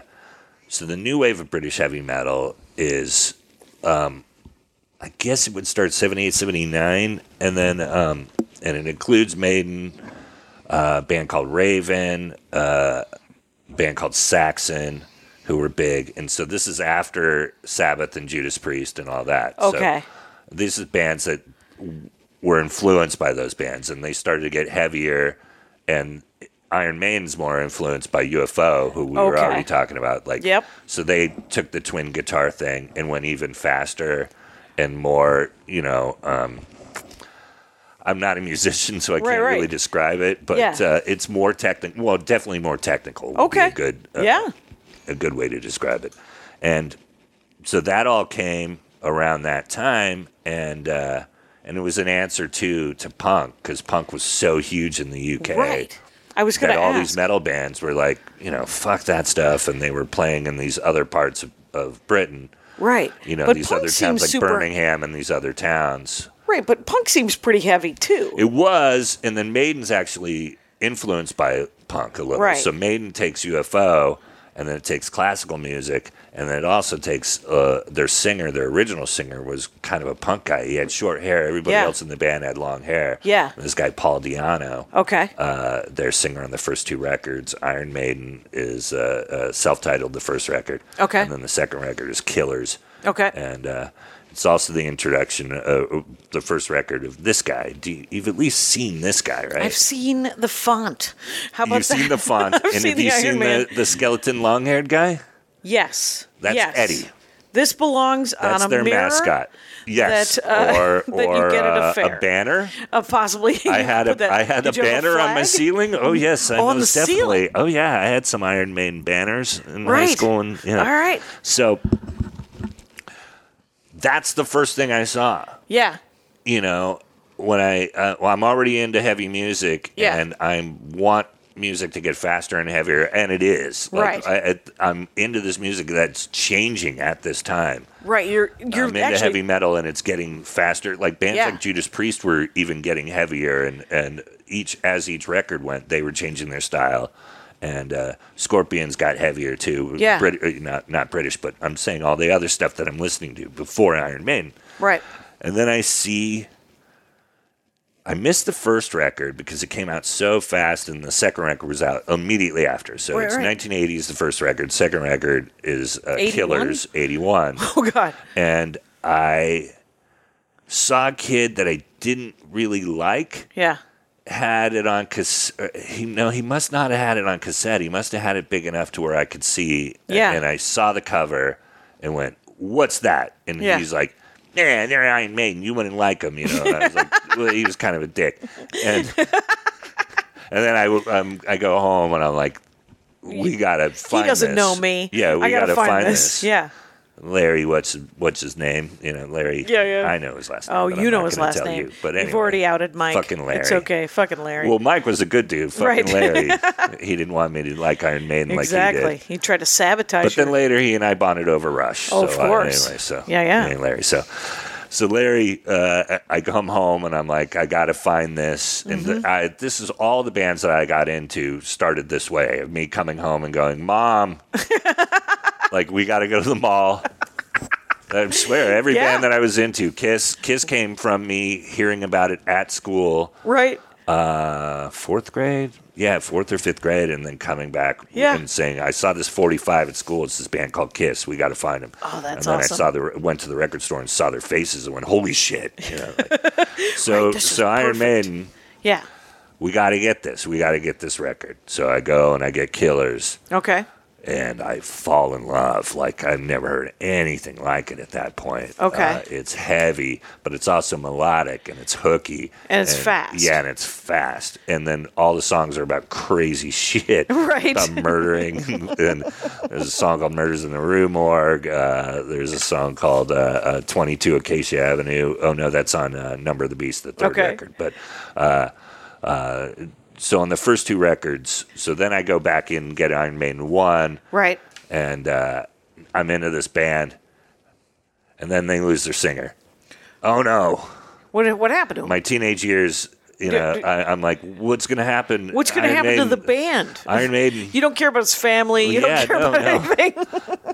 so the new wave of British heavy metal is I guess it would start 78, 79, and then um, and it includes Maiden, uh, a band called Raven, uh, a band called Saxon, who were big, and so this is after Sabbath and Judas Priest and all that. So
Okay.
these are bands that w- were influenced by those bands, and they started to get heavier, and Iron Maiden's more influenced by UFO, who we were
Okay.
already talking about. Like,
Yep.
So they took the twin guitar thing and went even faster and more. You know, um, I'm not a musician, so I can't
right.
really describe it, but
Yeah.
uh, it's more technical. Well, definitely more technical. would be
Okay.
a good. uh,
Yeah.
a good way to describe it, and so that all came around that time, and uh, and it was an answer to to punk because punk was so huge in the UK
Right. I was going
that
to
all
ask.
these metal bands were like, you know, fuck that stuff, and they were playing in these other parts of, of Britain,
Right.
you know,
but
these
punk
other
seems
towns like
super,
Birmingham and these other towns.
Right, but punk seems pretty heavy too.
It was, and then Maiden's actually influenced by punk a little.
Right.
So Maiden takes UFO, and then it takes classical music, and then it also takes uh, their singer. Their original singer was kind of a punk guy. He had short hair. Everybody
Yeah.
else in the band had long hair.
Yeah. Oh.
And this guy Paul Diano.
okay.
Uh, their singer on the first two records, Iron Maiden is uh, uh, self-titled the first record,
Okay.
and then the second record is Killers,
Okay.
and uh, it's also the introduction, uh, the first record of this guy. Do you, you've at least seen this guy, right?
I've seen the font. How about
you've
that?
seen the font,
I've
and
seen
have
the
you
Iron
seen
Man.
the, the skeleton long-haired guy?
Yes.
That's
yes.
Eddie.
This belongs
That's
on a
their
mirror,
mascot. Yes,
that, uh,
or
that you
or
get at a
uh,
fair.
banner.
Uh, possibly.
I had
Put
a
that-
I had a
Did you have
banner on my
flag?
ceiling. Oh yes, I
On the
most definitely. Oh yeah, I had some Iron Maiden banners in high
Right.
school. And, yeah.
All right.
So that's the first thing I saw.
Yeah.
You know, when I uh, well, I'm already into heavy music,
Yeah.
and I want music to get faster and heavier, and it is. Like,
Right.
I, I, I'm into this music that's changing at this time.
Right. You're you're
I'm into
actually
heavy metal and it's getting faster. Like bands
Yeah.
like Judas Priest were even getting heavier, and and each as each record went, they were changing their style. And uh, Scorpions got heavier too.
Yeah.
Brit- uh, not not British, but I'm saying all the other stuff that I'm listening to before Iron Maiden.
right.
And then I see. I missed the first record because it came out so fast, and the second record was out immediately after. So
Right,
it's
right.
1980s, the first record. Second record is uh,
81?
Killers, 81
Oh God.
and I saw a kid that I didn't really like
Yeah.
had it on cassette. He, no, he must not have had it on cassette. He must have had it big enough to where I could see. A-
Yeah.
And I saw the cover and went, "What's that?" And
Yeah.
he's like. Yeah, they're Iron Maiden. You wouldn't like them, you know. And I was like, well, he was kind of a dick, and and then I w- um, I go home and I'm like, we gotta find.
he doesn't
this.
know me.
Yeah, we
I gotta, find,
this.
this. Yeah.
Larry, what's what's his name? You know, Larry.
Yeah, yeah.
I know his last name.
Oh,
but
you
I'm
know
not
his
gonna
last
tell
name.
You, but anyway,
You've already outed Mike.
Fucking Larry.
It's okay. Fucking Larry.
Well, Mike was a good dude. Fucking
Right.
Larry. he didn't want me to like Iron Maiden
exactly.
like he did.
tried to sabotage.
But then
your-
later, he and I bonded over Rush.
Oh,
so,
of
uh,
course.
anyway, so
Yeah, yeah.
me and Larry. So, so Larry, uh, I I come home and I'm like, I got to find this. And
Mm-hmm.
th- I, this is all the bands that I got into started this way of me coming home and going, Mom, like we got to go to the mall. I swear, every
Yeah.
band that I was into, Kiss, Kiss came from me hearing about it at school,
right.
uh, fourth grade, yeah, fourth or fifth grade, and then coming back
Yeah.
and saying, "I saw this 45 at school. It's this band called Kiss. We got to find them."
Oh, that's
And then
awesome.
I saw the went to the record store and saw their faces and went, "Holy shit!" You know, like- so
this is
so Iron
perfect.
Maiden,
Yeah.
we got to get this. We got to get this record. So I go and I get Killers,
Okay.
and I fall in love. Like I've never heard anything like it at that point.
Okay.
Uh, it's heavy, but it's also melodic and it's hooky
And it's fast.
Yeah, and it's fast. And then all the songs are about crazy shit,
Right.
About murdering. and there's a song called "Murders in the Rue Morgue." Uh, there's a song called uh, uh, "22 Acacia Avenue." Oh no, that's on uh, "Number of the Beast," the third
Okay.
record, but. Uh, uh, so on the first two records, so then I go back in and get Iron Maiden one,
Right.
and uh, I'm into this band, and then they lose their singer. Oh no!
What what happened to him?
My teenage years, you know,
Dude, dude.
I, I'm like, what's gonna happen?
What's going to
Iron
happen to
Maiden-
the band?
Iron Maiden.
You don't care about his family. You
Yeah,
don't care
no,
about
no.
anything.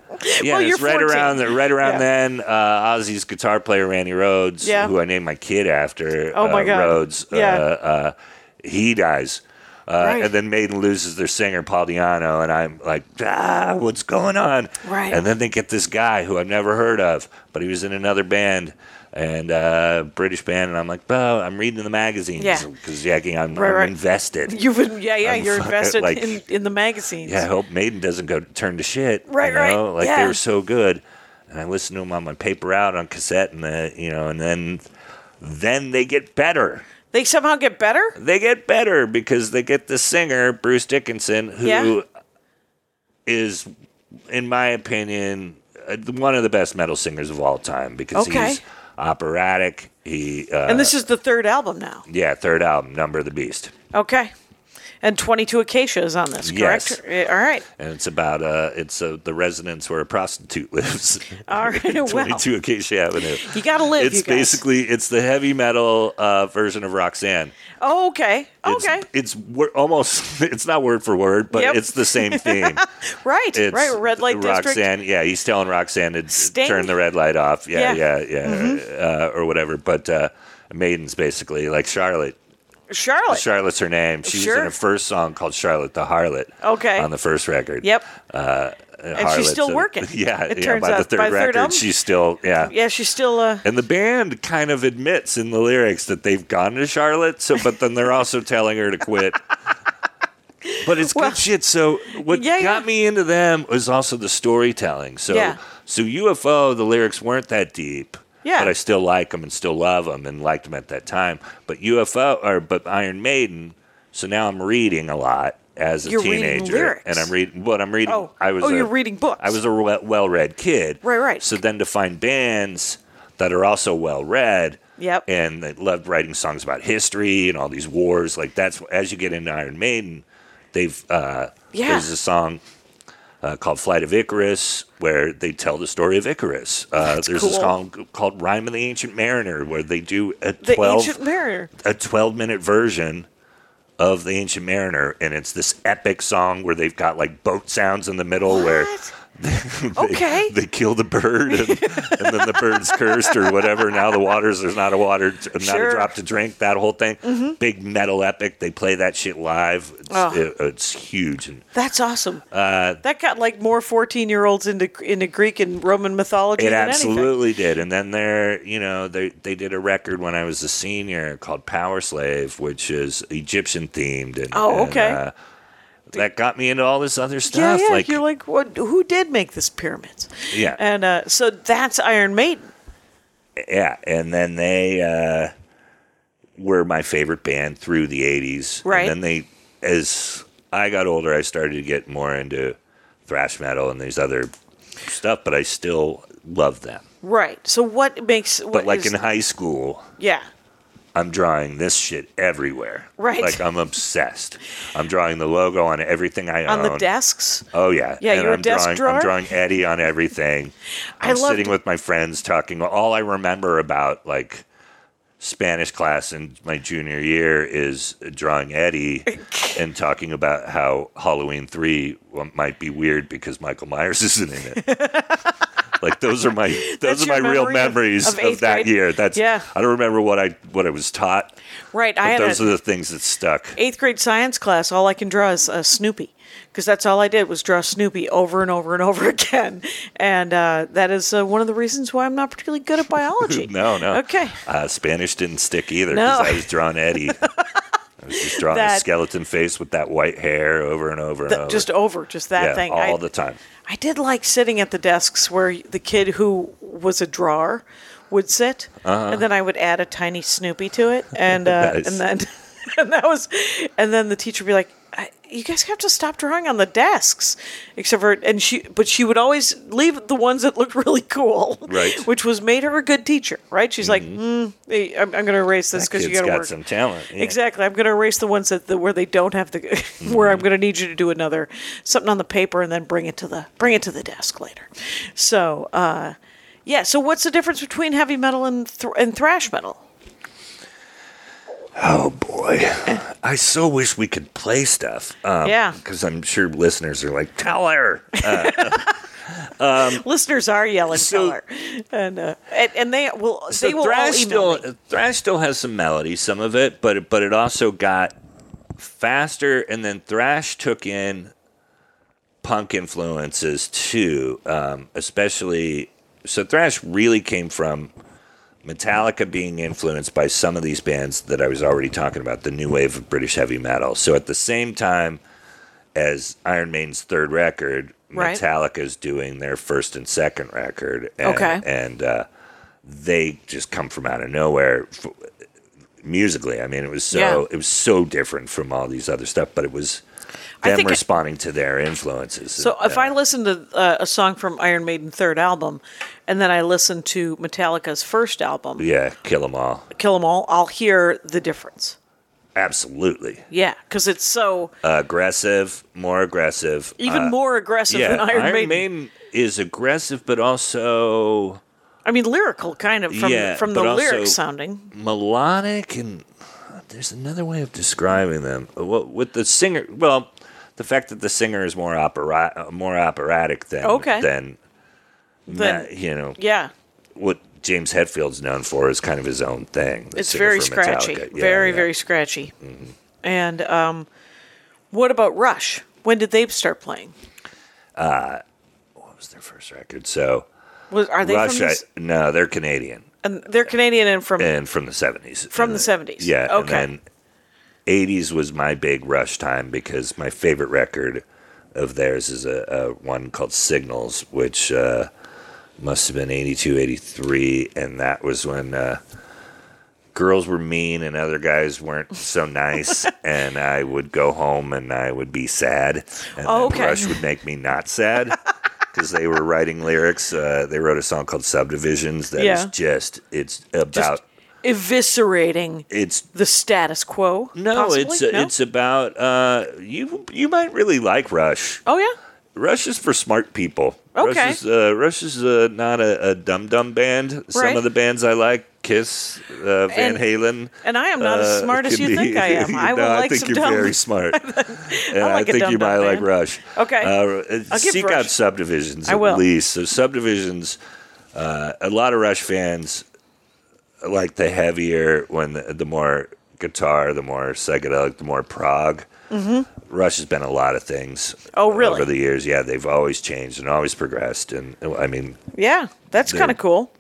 yeah,
well,
it's
you're
right
14.
around the, right around
Yeah.
then. Uh, Ozzy's guitar player Randy Rhodes,
Yeah.
who I named my kid after.
Oh, my
uh,
God.
Rhodes.
Yeah.
Uh, uh, he dies. Uh,
Right.
And then Maiden loses their singer Paul Diano, and I'm like, ah, what's going on?
Right.
And then they get this guy who I've never heard of, but he was in another band, and uh, British band, and I'm like, oh, I'm reading the magazines
Yeah.
because yeah. I'm,
Right,
I'm
right.
invested.
You've been, yeah, yeah.
I'm
you're
fucking,
invested
like-
in, in the magazines.
yeah, I hope Maiden doesn't go turn to shit.
Right,
you know?
right,
Like they
yeah.
were so good, and I listened to them on my paper out on cassette, and the, you know, and then then they get better.
They somehow get better.
They get better because they get the singer Bruce Dickinson, who
Yeah.
is, in my opinion, uh, one of the best metal singers of all time because
Okay.
he's operatic. He uh,
And this is the third album now.
yeah, third album, Number of the Beast.
Okay. And 22 Acacia is on this, correct? Eh, All right.
and it's about uh, it's uh, the residence where a prostitute lives.
All right, well.
twenty-two Acacia Avenue.
You got to live,
it's
you guys.
basically it's the heavy metal uh, version of Roxanne.
Oh, okay.
It's,
Okay.
it's wor- almost it's not word for word, but
Yep.
it's the same theme.
right.
It's
right. Red light district.
Roxanne, yeah, he's telling Roxanne to
Sting.
turn the red light off. Yeah,
Yeah. Mm-hmm.
yeah, yeah, uh, or whatever. But uh, Maiden's basically like Charlotte.
Charlotte.
Charlotte's her name. She was
Oh, Sure.
in her first song called Charlotte the Harlot.
Okay.
On the first record.
Yep.
Uh, and
she's still working,
Yeah.
it
yeah,
turns
by the
out,
third
by the third
record,
album.
she's still, yeah.
Yeah, she's still. Uh,
And the band kind of admits in the lyrics that they've gone to Charlotte, so but then they're also telling her to quit. But it's
Well,
good shit. So what
yeah,
got
yeah.
me into them was also the storytelling. So
Yeah.
so UFO, the lyrics weren't that deep.
Yeah.
But I still like them and still love them and liked them at that time. But UFO or but Iron Maiden. So now I'm reading a lot as a
You're reading
teenager,
lyrics.
and I'm reading. What I'm reading.
Oh.
I was.
Oh,
a-
you're reading books.
I was a re- well-read kid.
Right, right.
So then to find bands that are also well-read.
Yep.
And that loved writing songs about history and all these wars. Like that's as you get into Iron Maiden, they've uh,
Yeah.
there's a song uh, called "Flight of Icarus" where they tell the story of Icarus. Uh, there's a
cool.
song called "Rhyme of the Ancient Mariner" where they do a
the
twelve
ancient mariner.
a 12 minute version of the ancient mariner and it's this epic song where they've got like boat sounds in the middle where
What?
they,
Okay.
they kill the bird and, and then the bird's cursed or whatever now the waters there's not a water not
Sure. Mm-hmm.
a drop to drink that whole thing big metal epic they play that shit live it's,
Oh.
it- it's huge and
That's awesome.
Uh,
that got like more 14 year olds into into Greek and Roman mythology
It
than anything.
absolutely did. And then there, you know, they they did a record when I was a senior called Power Slave, which is Egyptian themed. And,
Oh,
and,
okay.
uh, that got me into all this other
Yeah,
stuff.
yeah.
like,
you're like, what? Who did make this pyramids?
Yeah.
And uh, so that's Iron Maiden.
yeah. And then they uh, were my favorite band through the '80s.
Right.
And then they, as I got older, I started to get more into thrash metal and these other stuff. But I still love them.
Right. So what makes? What
But like
is-
in high school,
yeah.
I'm drawing this shit everywhere.
Right.
Like I'm obsessed. I'm drawing the logo on everything I
On
own.
the desks.
Oh yeah.
Yeah,
And
you're a
I'm
desk
drawing
drawer?
I'm drawing Eddie on everything.
I
I'm
loved-
sitting with my friends talking all I remember about like Spanish class in my junior year is drawing Eddie and talking about how Halloween 3 might be weird because Michael Myers isn't in it. Like those are my
That's
those are my
your
real
memory of-
memories
of
of,
eighth
that
grade?
year. That's
Yeah.
I don't remember what I what I was taught.
Right. I had
But those
a
are the things that stuck.
eighth grade science class. All I can draw is uh, Snoopy because that's all I did was draw Snoopy over and over and over again. And uh, that is uh, one of the reasons why I'm not particularly good at biology.
No, no.
Okay.
Uh, Spanish didn't stick either
No.
because I was drawing Eddie. I was just drawing a
That-
skeleton face with that white hair over and over and
Th-
over.
just over, just that
yeah,
thing.
all
I,
the time.
I did like sitting at the desks where the kid who was a drawer would sit, and then I would add a tiny Snoopy to it, and uh,
Uh-huh. Nice.
and then and that was, and then the teacher would be like, I, "You guys have to stop drawing on the desks," except for and she, but she would always leave the ones that looked really cool,
Right. Mm-hmm.
Which was made her a good teacher, right? She's like, mm, "I'm, I'm going to erase this because
Kids
you got to
got
work."
some talent. Yeah.
Exactly. I'm going to erase the ones that the, where they don't have the where
Mm-hmm.
I'm going to need you to do another something on the paper and then bring it to the bring it to the desk later. So, uh, yeah. So, what's the difference between heavy metal and thr and thrash metal?
Oh boy, I so wish we could play stuff. Um,
Yeah.
because I'm sure listeners are like, tell her.
Listeners are yelling
So-
color, and uh, and, and they will
so
they will all
thrash
email
still
me.
thrash still has some melody, some of it, but it- but it also got faster, and then thrash took in punk influences too, um, especially. So thrash really came from Metallica being influenced by some of these bands that I was already talking about, the new wave of British heavy metal. So at the same time as Iron Maiden's third record,
Right.
Metallica's doing their first and second record, and,
Okay.
and uh, they just come from out of nowhere f- musically. I mean, it was so
Yeah.
it was so different from all these other stuff, but it was
I
them
think I-
responding to their influences.
So if
Uh,
I listen to uh, a song from Iron Maiden third album, and then I listen to Metallica's first album,
yeah, kill them all,
Kill 'Em All, I'll hear the difference.
absolutely
Yeah, because it's so
aggressive, more aggressive,
even more aggressive
Uh, yeah,
than Iron, Maiden.
is aggressive, but also
I mean, lyrical kind of from
Yeah,
from the
but
lyrics
also-
sounding.
melodic and uh, there's another way of describing them Uh, what with the singer well the fact that the singer is more opera uh, more operatic than
Okay.
than,
Than-
Ma- you know
Yeah,
what James Hetfield's known for is kind of his own thing the
it's
singer
very
for
scratchy,
Metallica. Yeah,
very
yeah. Mm-hmm.
very scratchy. And um, what about Rush? When did they start playing?
what was their first record so
Was, are they
Rush
from?
I- Eh.
This,
no they're Canadian
and they're Canadian and from.
and from the 70s
From
And
the
then-
70s.
yeah
Okay.
and then 80s was my big rush time because my favorite record of theirs is a, a one called signals which uh, must have been 82 83 and that was when uh, girls were mean and other guys weren't so nice and i would go home and i would be sad and
Oh,
then
okay.
rush would make me not sad because they were writing lyrics uh, they wrote a song called subdivisions that is
Yeah.
just it's about
just eviscerating
it's
the status quo.
no,
possibly?
it's uh
No?
it's about uh, you. You might really like Rush.
oh yeah,
Rush is for smart people.
Okay.
Rush is, uh, Rush is uh, not a, a dumb dumb band. Some
Right.
of the bands I like, Kiss, uh, Van
And-
Halen.
and I am not as
uh,
smart as you
could be-
think I am. I
no,
will
I
like
think
some
you're
dumb-
very smart, and I,
like a
think you
dumb,
might
dumb
like
band.
Rush.
Okay.
uh,
I'll give
seek
Rush.
out subdivisions.
I
at
will.
least. So subdivisions. Uh, a lot of Rush fans like the heavier when the, the more guitar, the more psychedelic, the more prog. Rush has been a lot of things.
Mm-hmm. Oh, really?
Over the years, yeah, they've always changed and always progressed. And I mean,
yeah, that's
They're-
kind of cool.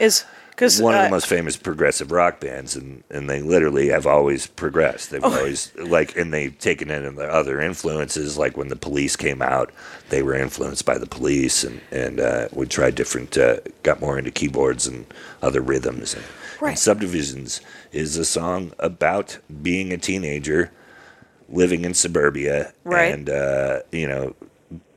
Is uh, because
one of the most famous progressive rock bands, and, and they literally have always
Oh.
progressed. They've always like, and they've taken in the other influences. Like when the Police came out, they were influenced by the Police, and and uh, would try different, uh, got more into keyboards and other rhythms. And, and
Right.
Subdivisions is a song about being a teenager, living in suburbia,
Right.
and uh, you know,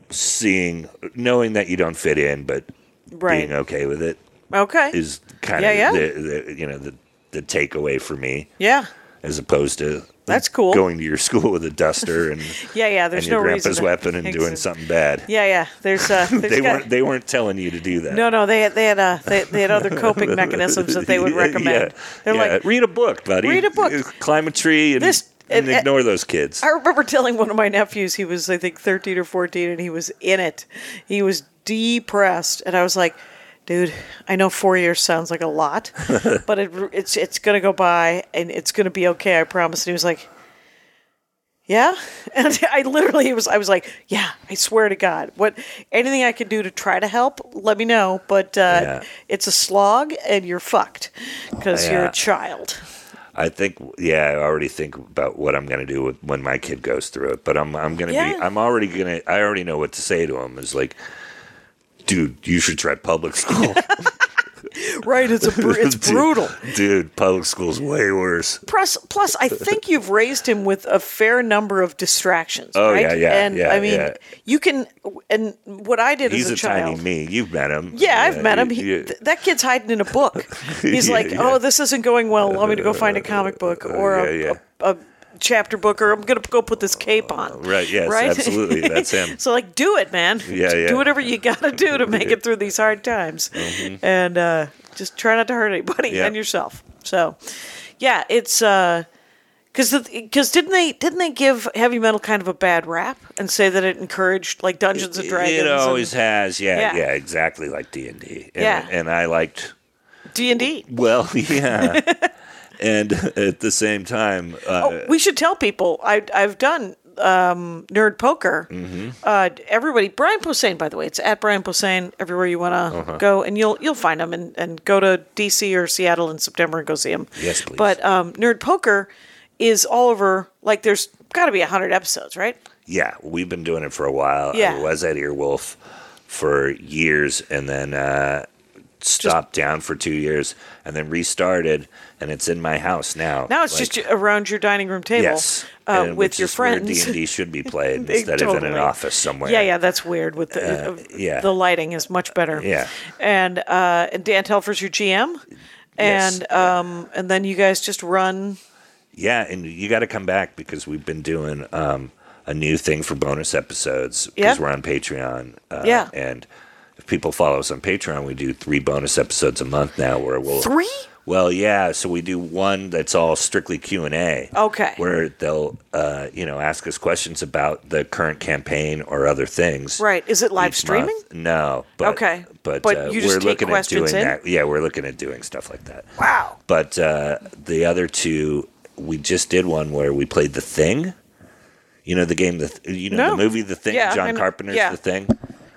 seeing, knowing that you don't fit in, but
Right.
being okay with it
okay.
is kind
Yeah, yeah.
of the, the you know the the takeaway for me
yeah,
as opposed to
That's cool.
going to your school with a duster and
yeah, yeah. There's
and your
no reason.
grandpa's
to-
weapon and doing
Exa-
something bad.
Yeah, yeah. There's uh, there's
they
gotta-
weren't they weren't telling you to do that.
No, no, they had they had uh, they, they had other coping mechanisms that they would
Yeah,
recommend. They're
yeah.
like,
read a book, buddy. Uh,
Read a book.
Climb a tree and,
This-
and
and-
ignore those kids.
I remember telling one of my nephews he was I think 13 or 14 and he was in it. He was depressed, and I was like, "Dude, I know four years sounds like a lot, but it, it's it's gonna go by, and it's gonna be okay. I promise." And he was like, "Yeah," and I literally was I was like, "Yeah, I swear to God, what anything I can do to try to help, let me know." But uh,
Yeah.
it's a slog, and you're fucked because you're
Yeah.
a child.
I think, yeah, I already think about what I'm going to do with, when my kid goes through it. But I'm, I'm going to
Yeah.
be, I'm already going to, I already know what to say to him. Is like, dude, you should try public school.
Right? It's a br- it's
Dude,
brutal.
dude. Public school's way worse.
Plus, plus, I think you've raised him with a fair number of distractions.
Oh,
right?
yeah, yeah,
And
yeah,
I mean,
yeah.
you can. And what I did
He's
as
a,
a, child.
tiny me. You've met him.
Yeah, I've met him.
you-
He,
you-
th- that kid's hiding in a book. He's
Yeah,
like,
yeah.
"Oh, this isn't going well. Allow me to go find a comic book or a,
yeah,
a, a chapter book, or I'm gonna go put this cape on."
Uh, right. Yes. Absolutely. That's him.
So like, do it, man.
Yeah, yeah.
Do whatever you gotta do to make it through these hard times, and uh, just try not to hurt anybody
Mm-hmm. Yeah.
and yourself. So, yeah, it's uh, because because didn't they didn't they give heavy metal kind of a bad rap and say that it encouraged like Dungeons and Dragons,
It always has. Yeah,
Yeah.
yeah. Exactly like D and D.
Yeah.
And I liked.
D and D.
Well, yeah. and at the same time, uh,
Oh, we should tell people I, I've done um, nerd poker.
Mm-hmm.
Uh, everybody, Brian Posehn, by the way, it's at Brian Posehn everywhere you want to
Uh-huh.
go, and you'll you'll find him and, and go to DC or Seattle in September and go see him.
Yes, please.
But um, nerd poker is all over. Like, there's got to be hundred episodes, right?
yeah, we've been doing it for a while.
Yeah.
I was at Earwolf for years, and then uh, stopped down for two years, and then restarted, and it's in my house now.
Now it's
Like,
just around your dining room table
yes,
uh,
and
with
which
your
is where
friends.
D and D should be played
They-
instead of in an
totally.
office somewhere.
Yeah, yeah, that's weird. With the
Uh, yeah.
the lighting is much better.
Yeah.
and uh, and Dan Telfer's your GM,
Yes.
and um, and then you guys just run.
Yeah, and you got to come back because we've been doing um, a new thing for bonus episodes because
Yeah.
we're on Patreon. Uh,
Yeah.
and if people follow us on Patreon, we do three bonus episodes a month now. Where we'll
Three?
Well, yeah. So we do one that's all strictly Q and A.
Okay.
Where they'll uh, you know ask us questions about the current campaign or other things.
Right? Is it live
each
streaming?
month. No. But,
Okay.
But,
But
uh,
you just
we're
take
looking at doing
questions in?
that. Yeah, we're looking at doing stuff like that.
Wow.
But uh, the other two, we just did one where we played The Thing. You know the game, the th- you know
No.
the movie, The Thing.
Yeah, I
John
know-
Carpenter's
yeah.
The Thing.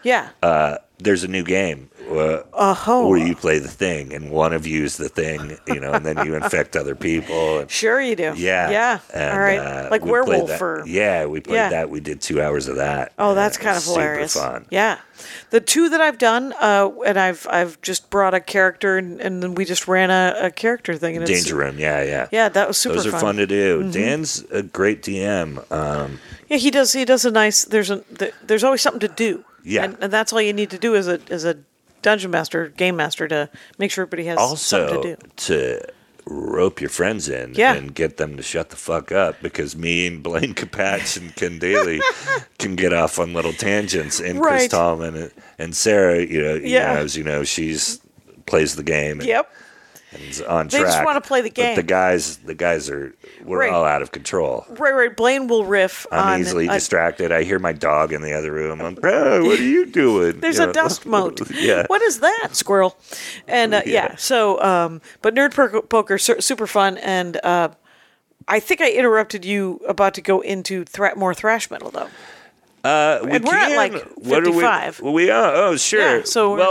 Yeah.
Uh, there's a new game uh,
Oh.
where you play The Thing, and one of you is The Thing. You know, and then you infect other people. And,
sure you do.
yeah.
Yeah.
And,
All right.
uh,
like
we played
werewolf
that-
or
yeah, we played
Yeah.
that. We did two hours of that.
Oh,
and
that's
it
kind of
was
hilarious.
Super fun.
Yeah, the two that I've done, uh, and I've I've just brought a character, and, and then we just ran a, a character thing. And
Danger
It's,
Room. Yeah, yeah.
yeah, that was super Mm-hmm.
Those are fun. to do. Dan's a great DM. Um,
Yeah, he does. He does a nice. There's a th- there's always something to do.
Yeah.
and, and that's all you need to do as a as a dungeon master, game master, to make sure everybody has
also
something to
to,
do.
rope your friends in
Yeah.
and get them to shut the fuck up because me and Blaine Capatch and Ken Daly can get off on little tangents and Chris
Right.
Tallman and Sarah, you know, you
Yeah.
know, as you know, she's plays the game and,
Yep.
and is on
They
track.
just wanna play the
But
game.
the guys the guys are we're
Right.
all out of control.
Right, right. Blaine will riff
I'm
on.
easily
on-
distracted. I hear my dog in the other room. I'm, oh, what are you doing?
There's
You
a
know?
dust mote.
yeah.
What is that, squirrel? And uh, yeah.
Yeah.
so um, but nerd poker, poker su- super fun, and uh, I think I interrupted you about to go into thra- more thrash metal though.
Uh, we
And we're at,
can.
like,
What are we-
55.
We, are. Oh, sure.
Yeah, so we're-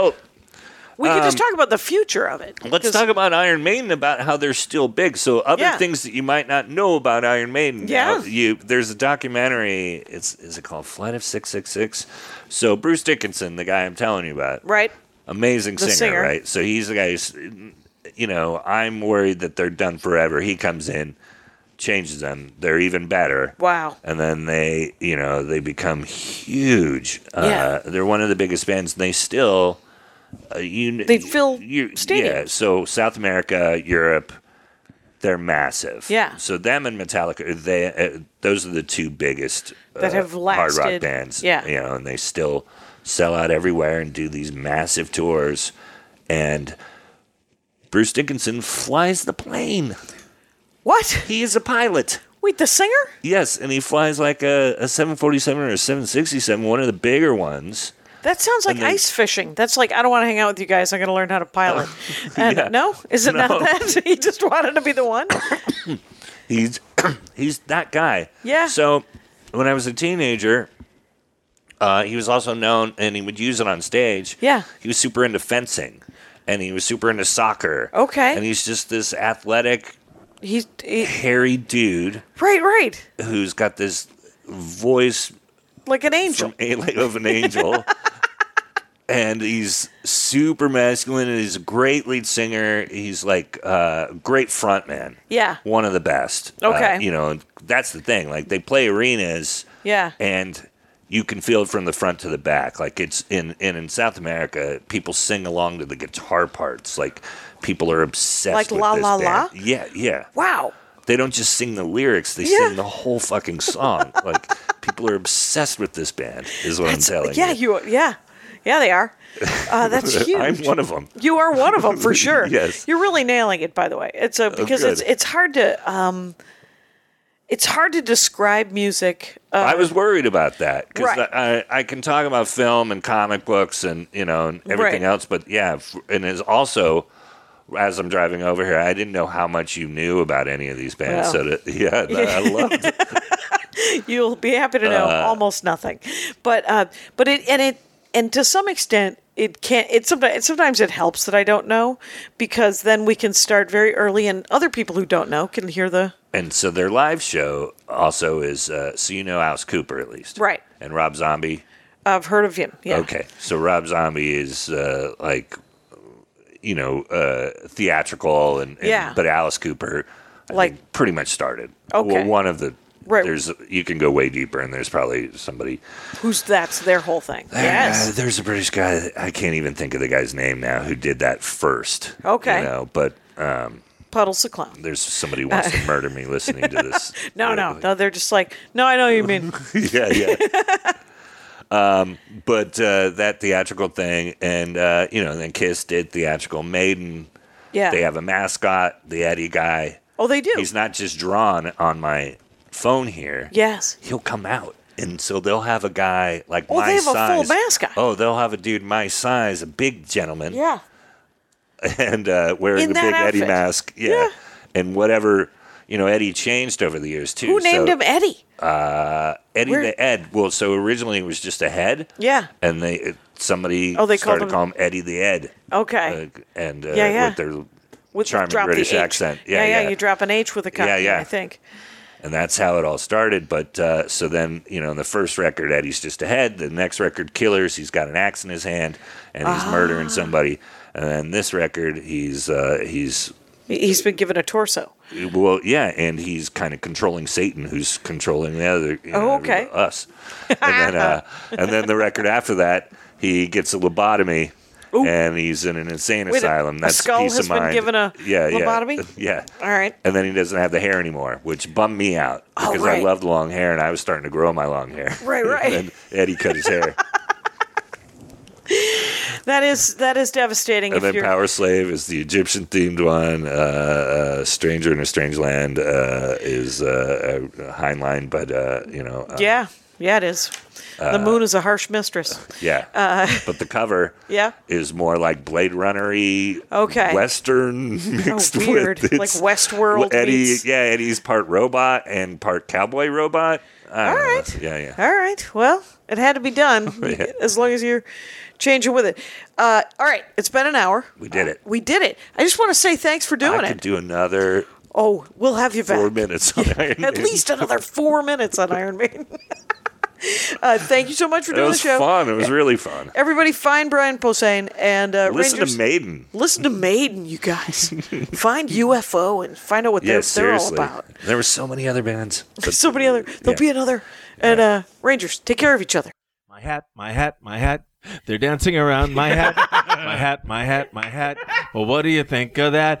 We
well,
can just talk about the future of it.
Um, Let's
'cause-
talk about Iron Maiden about how they're still big. So other
Yeah.
things that you might not know about Iron Maiden.
Yeah.
Now, you there's a documentary. It's is it called Flight of Six Six Six? So Bruce Dickinson, the guy I'm telling you about,
right.
amazing singer,
singer.
right? So he's the guy who's, you know, I'm worried that they're done forever. He comes in, changes them. They're even better.
Wow.
And then they, you know, they become huge.
Yeah.
Uh, they're one of the biggest bands, and they still, uh, you,
They fill
Yeah.
stadiums.
So South America, Europe, they're massive.
Yeah.
So them and Metallica, they uh, those are the two biggest
That have
uh, hard rock
lasted-
bands.
yeah.
You know, and they still sell out everywhere and do these massive tours. And Bruce Dickinson flies the plane.
What?
He is a pilot.
Wait, the singer?
Yes, and he flies like a, a 747 or a 767, one of the bigger ones.
That sounds like
And they-
ice fishing. That's like I don't want to hang out with you guys. I'm going to learn how to pilot. And
yeah.
no, is it
No.
not that he just wanted to be the one?
He's he's that guy.
Yeah.
So when I was a teenager, uh, he was also known, and he would use it on stage.
Yeah.
He was super into fencing, and he was super into soccer.
Okay.
And he's just this athletic,
He's he,
hairy dude
right, right,
who's got this voice
like an angel.
from a- like of an angel. And he's super masculine, and he's a great lead singer. He's like uh, great front man.
Yeah.
one of the best. Uh,
Okay.
you know and that's the thing. Like they play arenas,
Yeah.
and you can feel it from the front to the back. Like it's in and in South America, people sing along to the guitar parts. Like people are obsessed.
Like
with
La
this
La La?
band. Yeah, yeah
wow.
they don't just sing the lyrics; they
Yeah.
sing the whole fucking song. like people are obsessed with this band, is what I'm telling
Yeah,
you.
you. Yeah, yeah, they are. Uh, that's huge.
Oh, I'm one of them.
You are one of them for sure.
Yes. Oh,
you're really nailing it. By the way, it's a because
good.
it's it's hard to um, it's hard to describe music. Uh,
I was worried about that because
Right.
I, I can talk about film and comic books and you know and everything
Right.
else, but yeah, f- and it's also as I'm driving over here, I didn't know how much you knew about any of these bands.
Wow.
So that, yeah, I loved it.
You'll be happy to know
Uh.
almost nothing, but uh, but it and it and to some extent it can it sometimes sometimes it helps that I don't know because then we can start very early and other people who don't know can hear the
And so their live show also is uh, so you know Alice Cooper at least,
Right.
And Rob Zombie.
I've heard of him. Yeah.
Okay, so Rob Zombie is uh, like, you know, uh, theatrical and, and-
Yeah.
But Alice Cooper, I
Like-
think, pretty much started.
Okay.
well, one of the
Right.
There's you can go way deeper, and there's probably somebody.
Who's that's their whole thing.
Uh,
Yes.
there's a British guy. that- I can't even think of the guy's name now who did that first.
Okay.
you know, but uh,
Puddles the clown.
there's somebody who wants to murder me listening to this.
No, no, no. They're just like, no, I know what you mean.
yeah, yeah. um, but uh, that theatrical thing, and uh, you know, then Kiss did theatrical Maiden.
Yeah.
They have a mascot, the Eddie guy.
oh, they do.
He's not just drawn on my phone here.
yes.
He'll come out. And so they'll have a guy like
Oh,
my
they have a full
size.
mascot.
Oh, they'll have a dude my size, a big gentleman,
Yeah.
and uh, wearing
In
a
that
big Eddie
outfit.
mask. Yeah.
Yeah.
and whatever you know, Eddie changed over the years too.
Who named
so-
him Eddie?
Eddie
Where-
the Ed. Well, so originally it was just a head.
Yeah.
And they it, somebody
Oh, they called
started
him-
to call him Eddie the Ed.
Okay.
Uh, and uh,
Yeah, yeah.
with their
With
charming
drop the
British
H.
accent.
Yeah, yeah, You drop an H with a copy,
Yeah, yeah.
I think.
and that's how it all started. But uh, so then, you know, in the first record, Eddie's just a head. The next record, Killers, he's got an axe in his hand and he's
Ah.
murdering somebody. And then this record, he's uh, he's
He's been given a torso.
well, yeah, and he's kind of controlling Satan, who's controlling the other. you know,
Oh, okay.
Us, and then uh, and then the record after that, he gets a lobotomy, and he's in an insane
Wait, a-
asylum.
a
That's
skull
peace
has
of
been
mind.
given a
yeah, yeah,
lobotomy?
Yeah.
All right.
And then he doesn't have the hair anymore, which bummed me out
Oh,
because I
right.
loved long hair and I was starting to grow my long hair.
Right, right.
and then Eddie cut his hair,
That is that is devastating.
and
if
then
you're,
Power Slave is the Egyptian themed one. Uh, uh, Stranger in a Strange Land uh, is uh, a Heinlein, but uh, you know, uh,
Yeah, yeah, it is. the moon is a harsh mistress.
yeah. but the cover,
Uh, Yeah.
is more like Blade Runnery,
Okay. Oh,
Western mixed
weird.
with
Like
it's-
Westworld
Eddie,
meets-
yeah, Eddie's part robot and part cowboy robot. I don't know.
right.
yeah, yeah.
All right. Well, it had to be done.
Yeah.
As long as you're changing with it. Uh, all right. It's been an hour.
We did it.
We did it. I just want to say thanks for doing
I
it.
could do another
oh, we'll have you back.
four minutes on Iron
At
Maiden.
least another four minutes on Iron Maiden. uh, thank you so much for
It
doing the
was
show.
fun. It was really fun.
Everybody, find Brian Posehn and uh,
Listen
Rangers.
to Maiden.
Listen to Maiden, you guys. find UFO and find out what
Yeah,
they're, they're all
seriously.
about.
There were so many other bands. But
So many other. There'll
Yeah.
be another. And uh, Rangers, take care of each other.
My hat, my hat, my hat. They're dancing around my hat, my hat, my hat, my hat. Well, what do you think of that?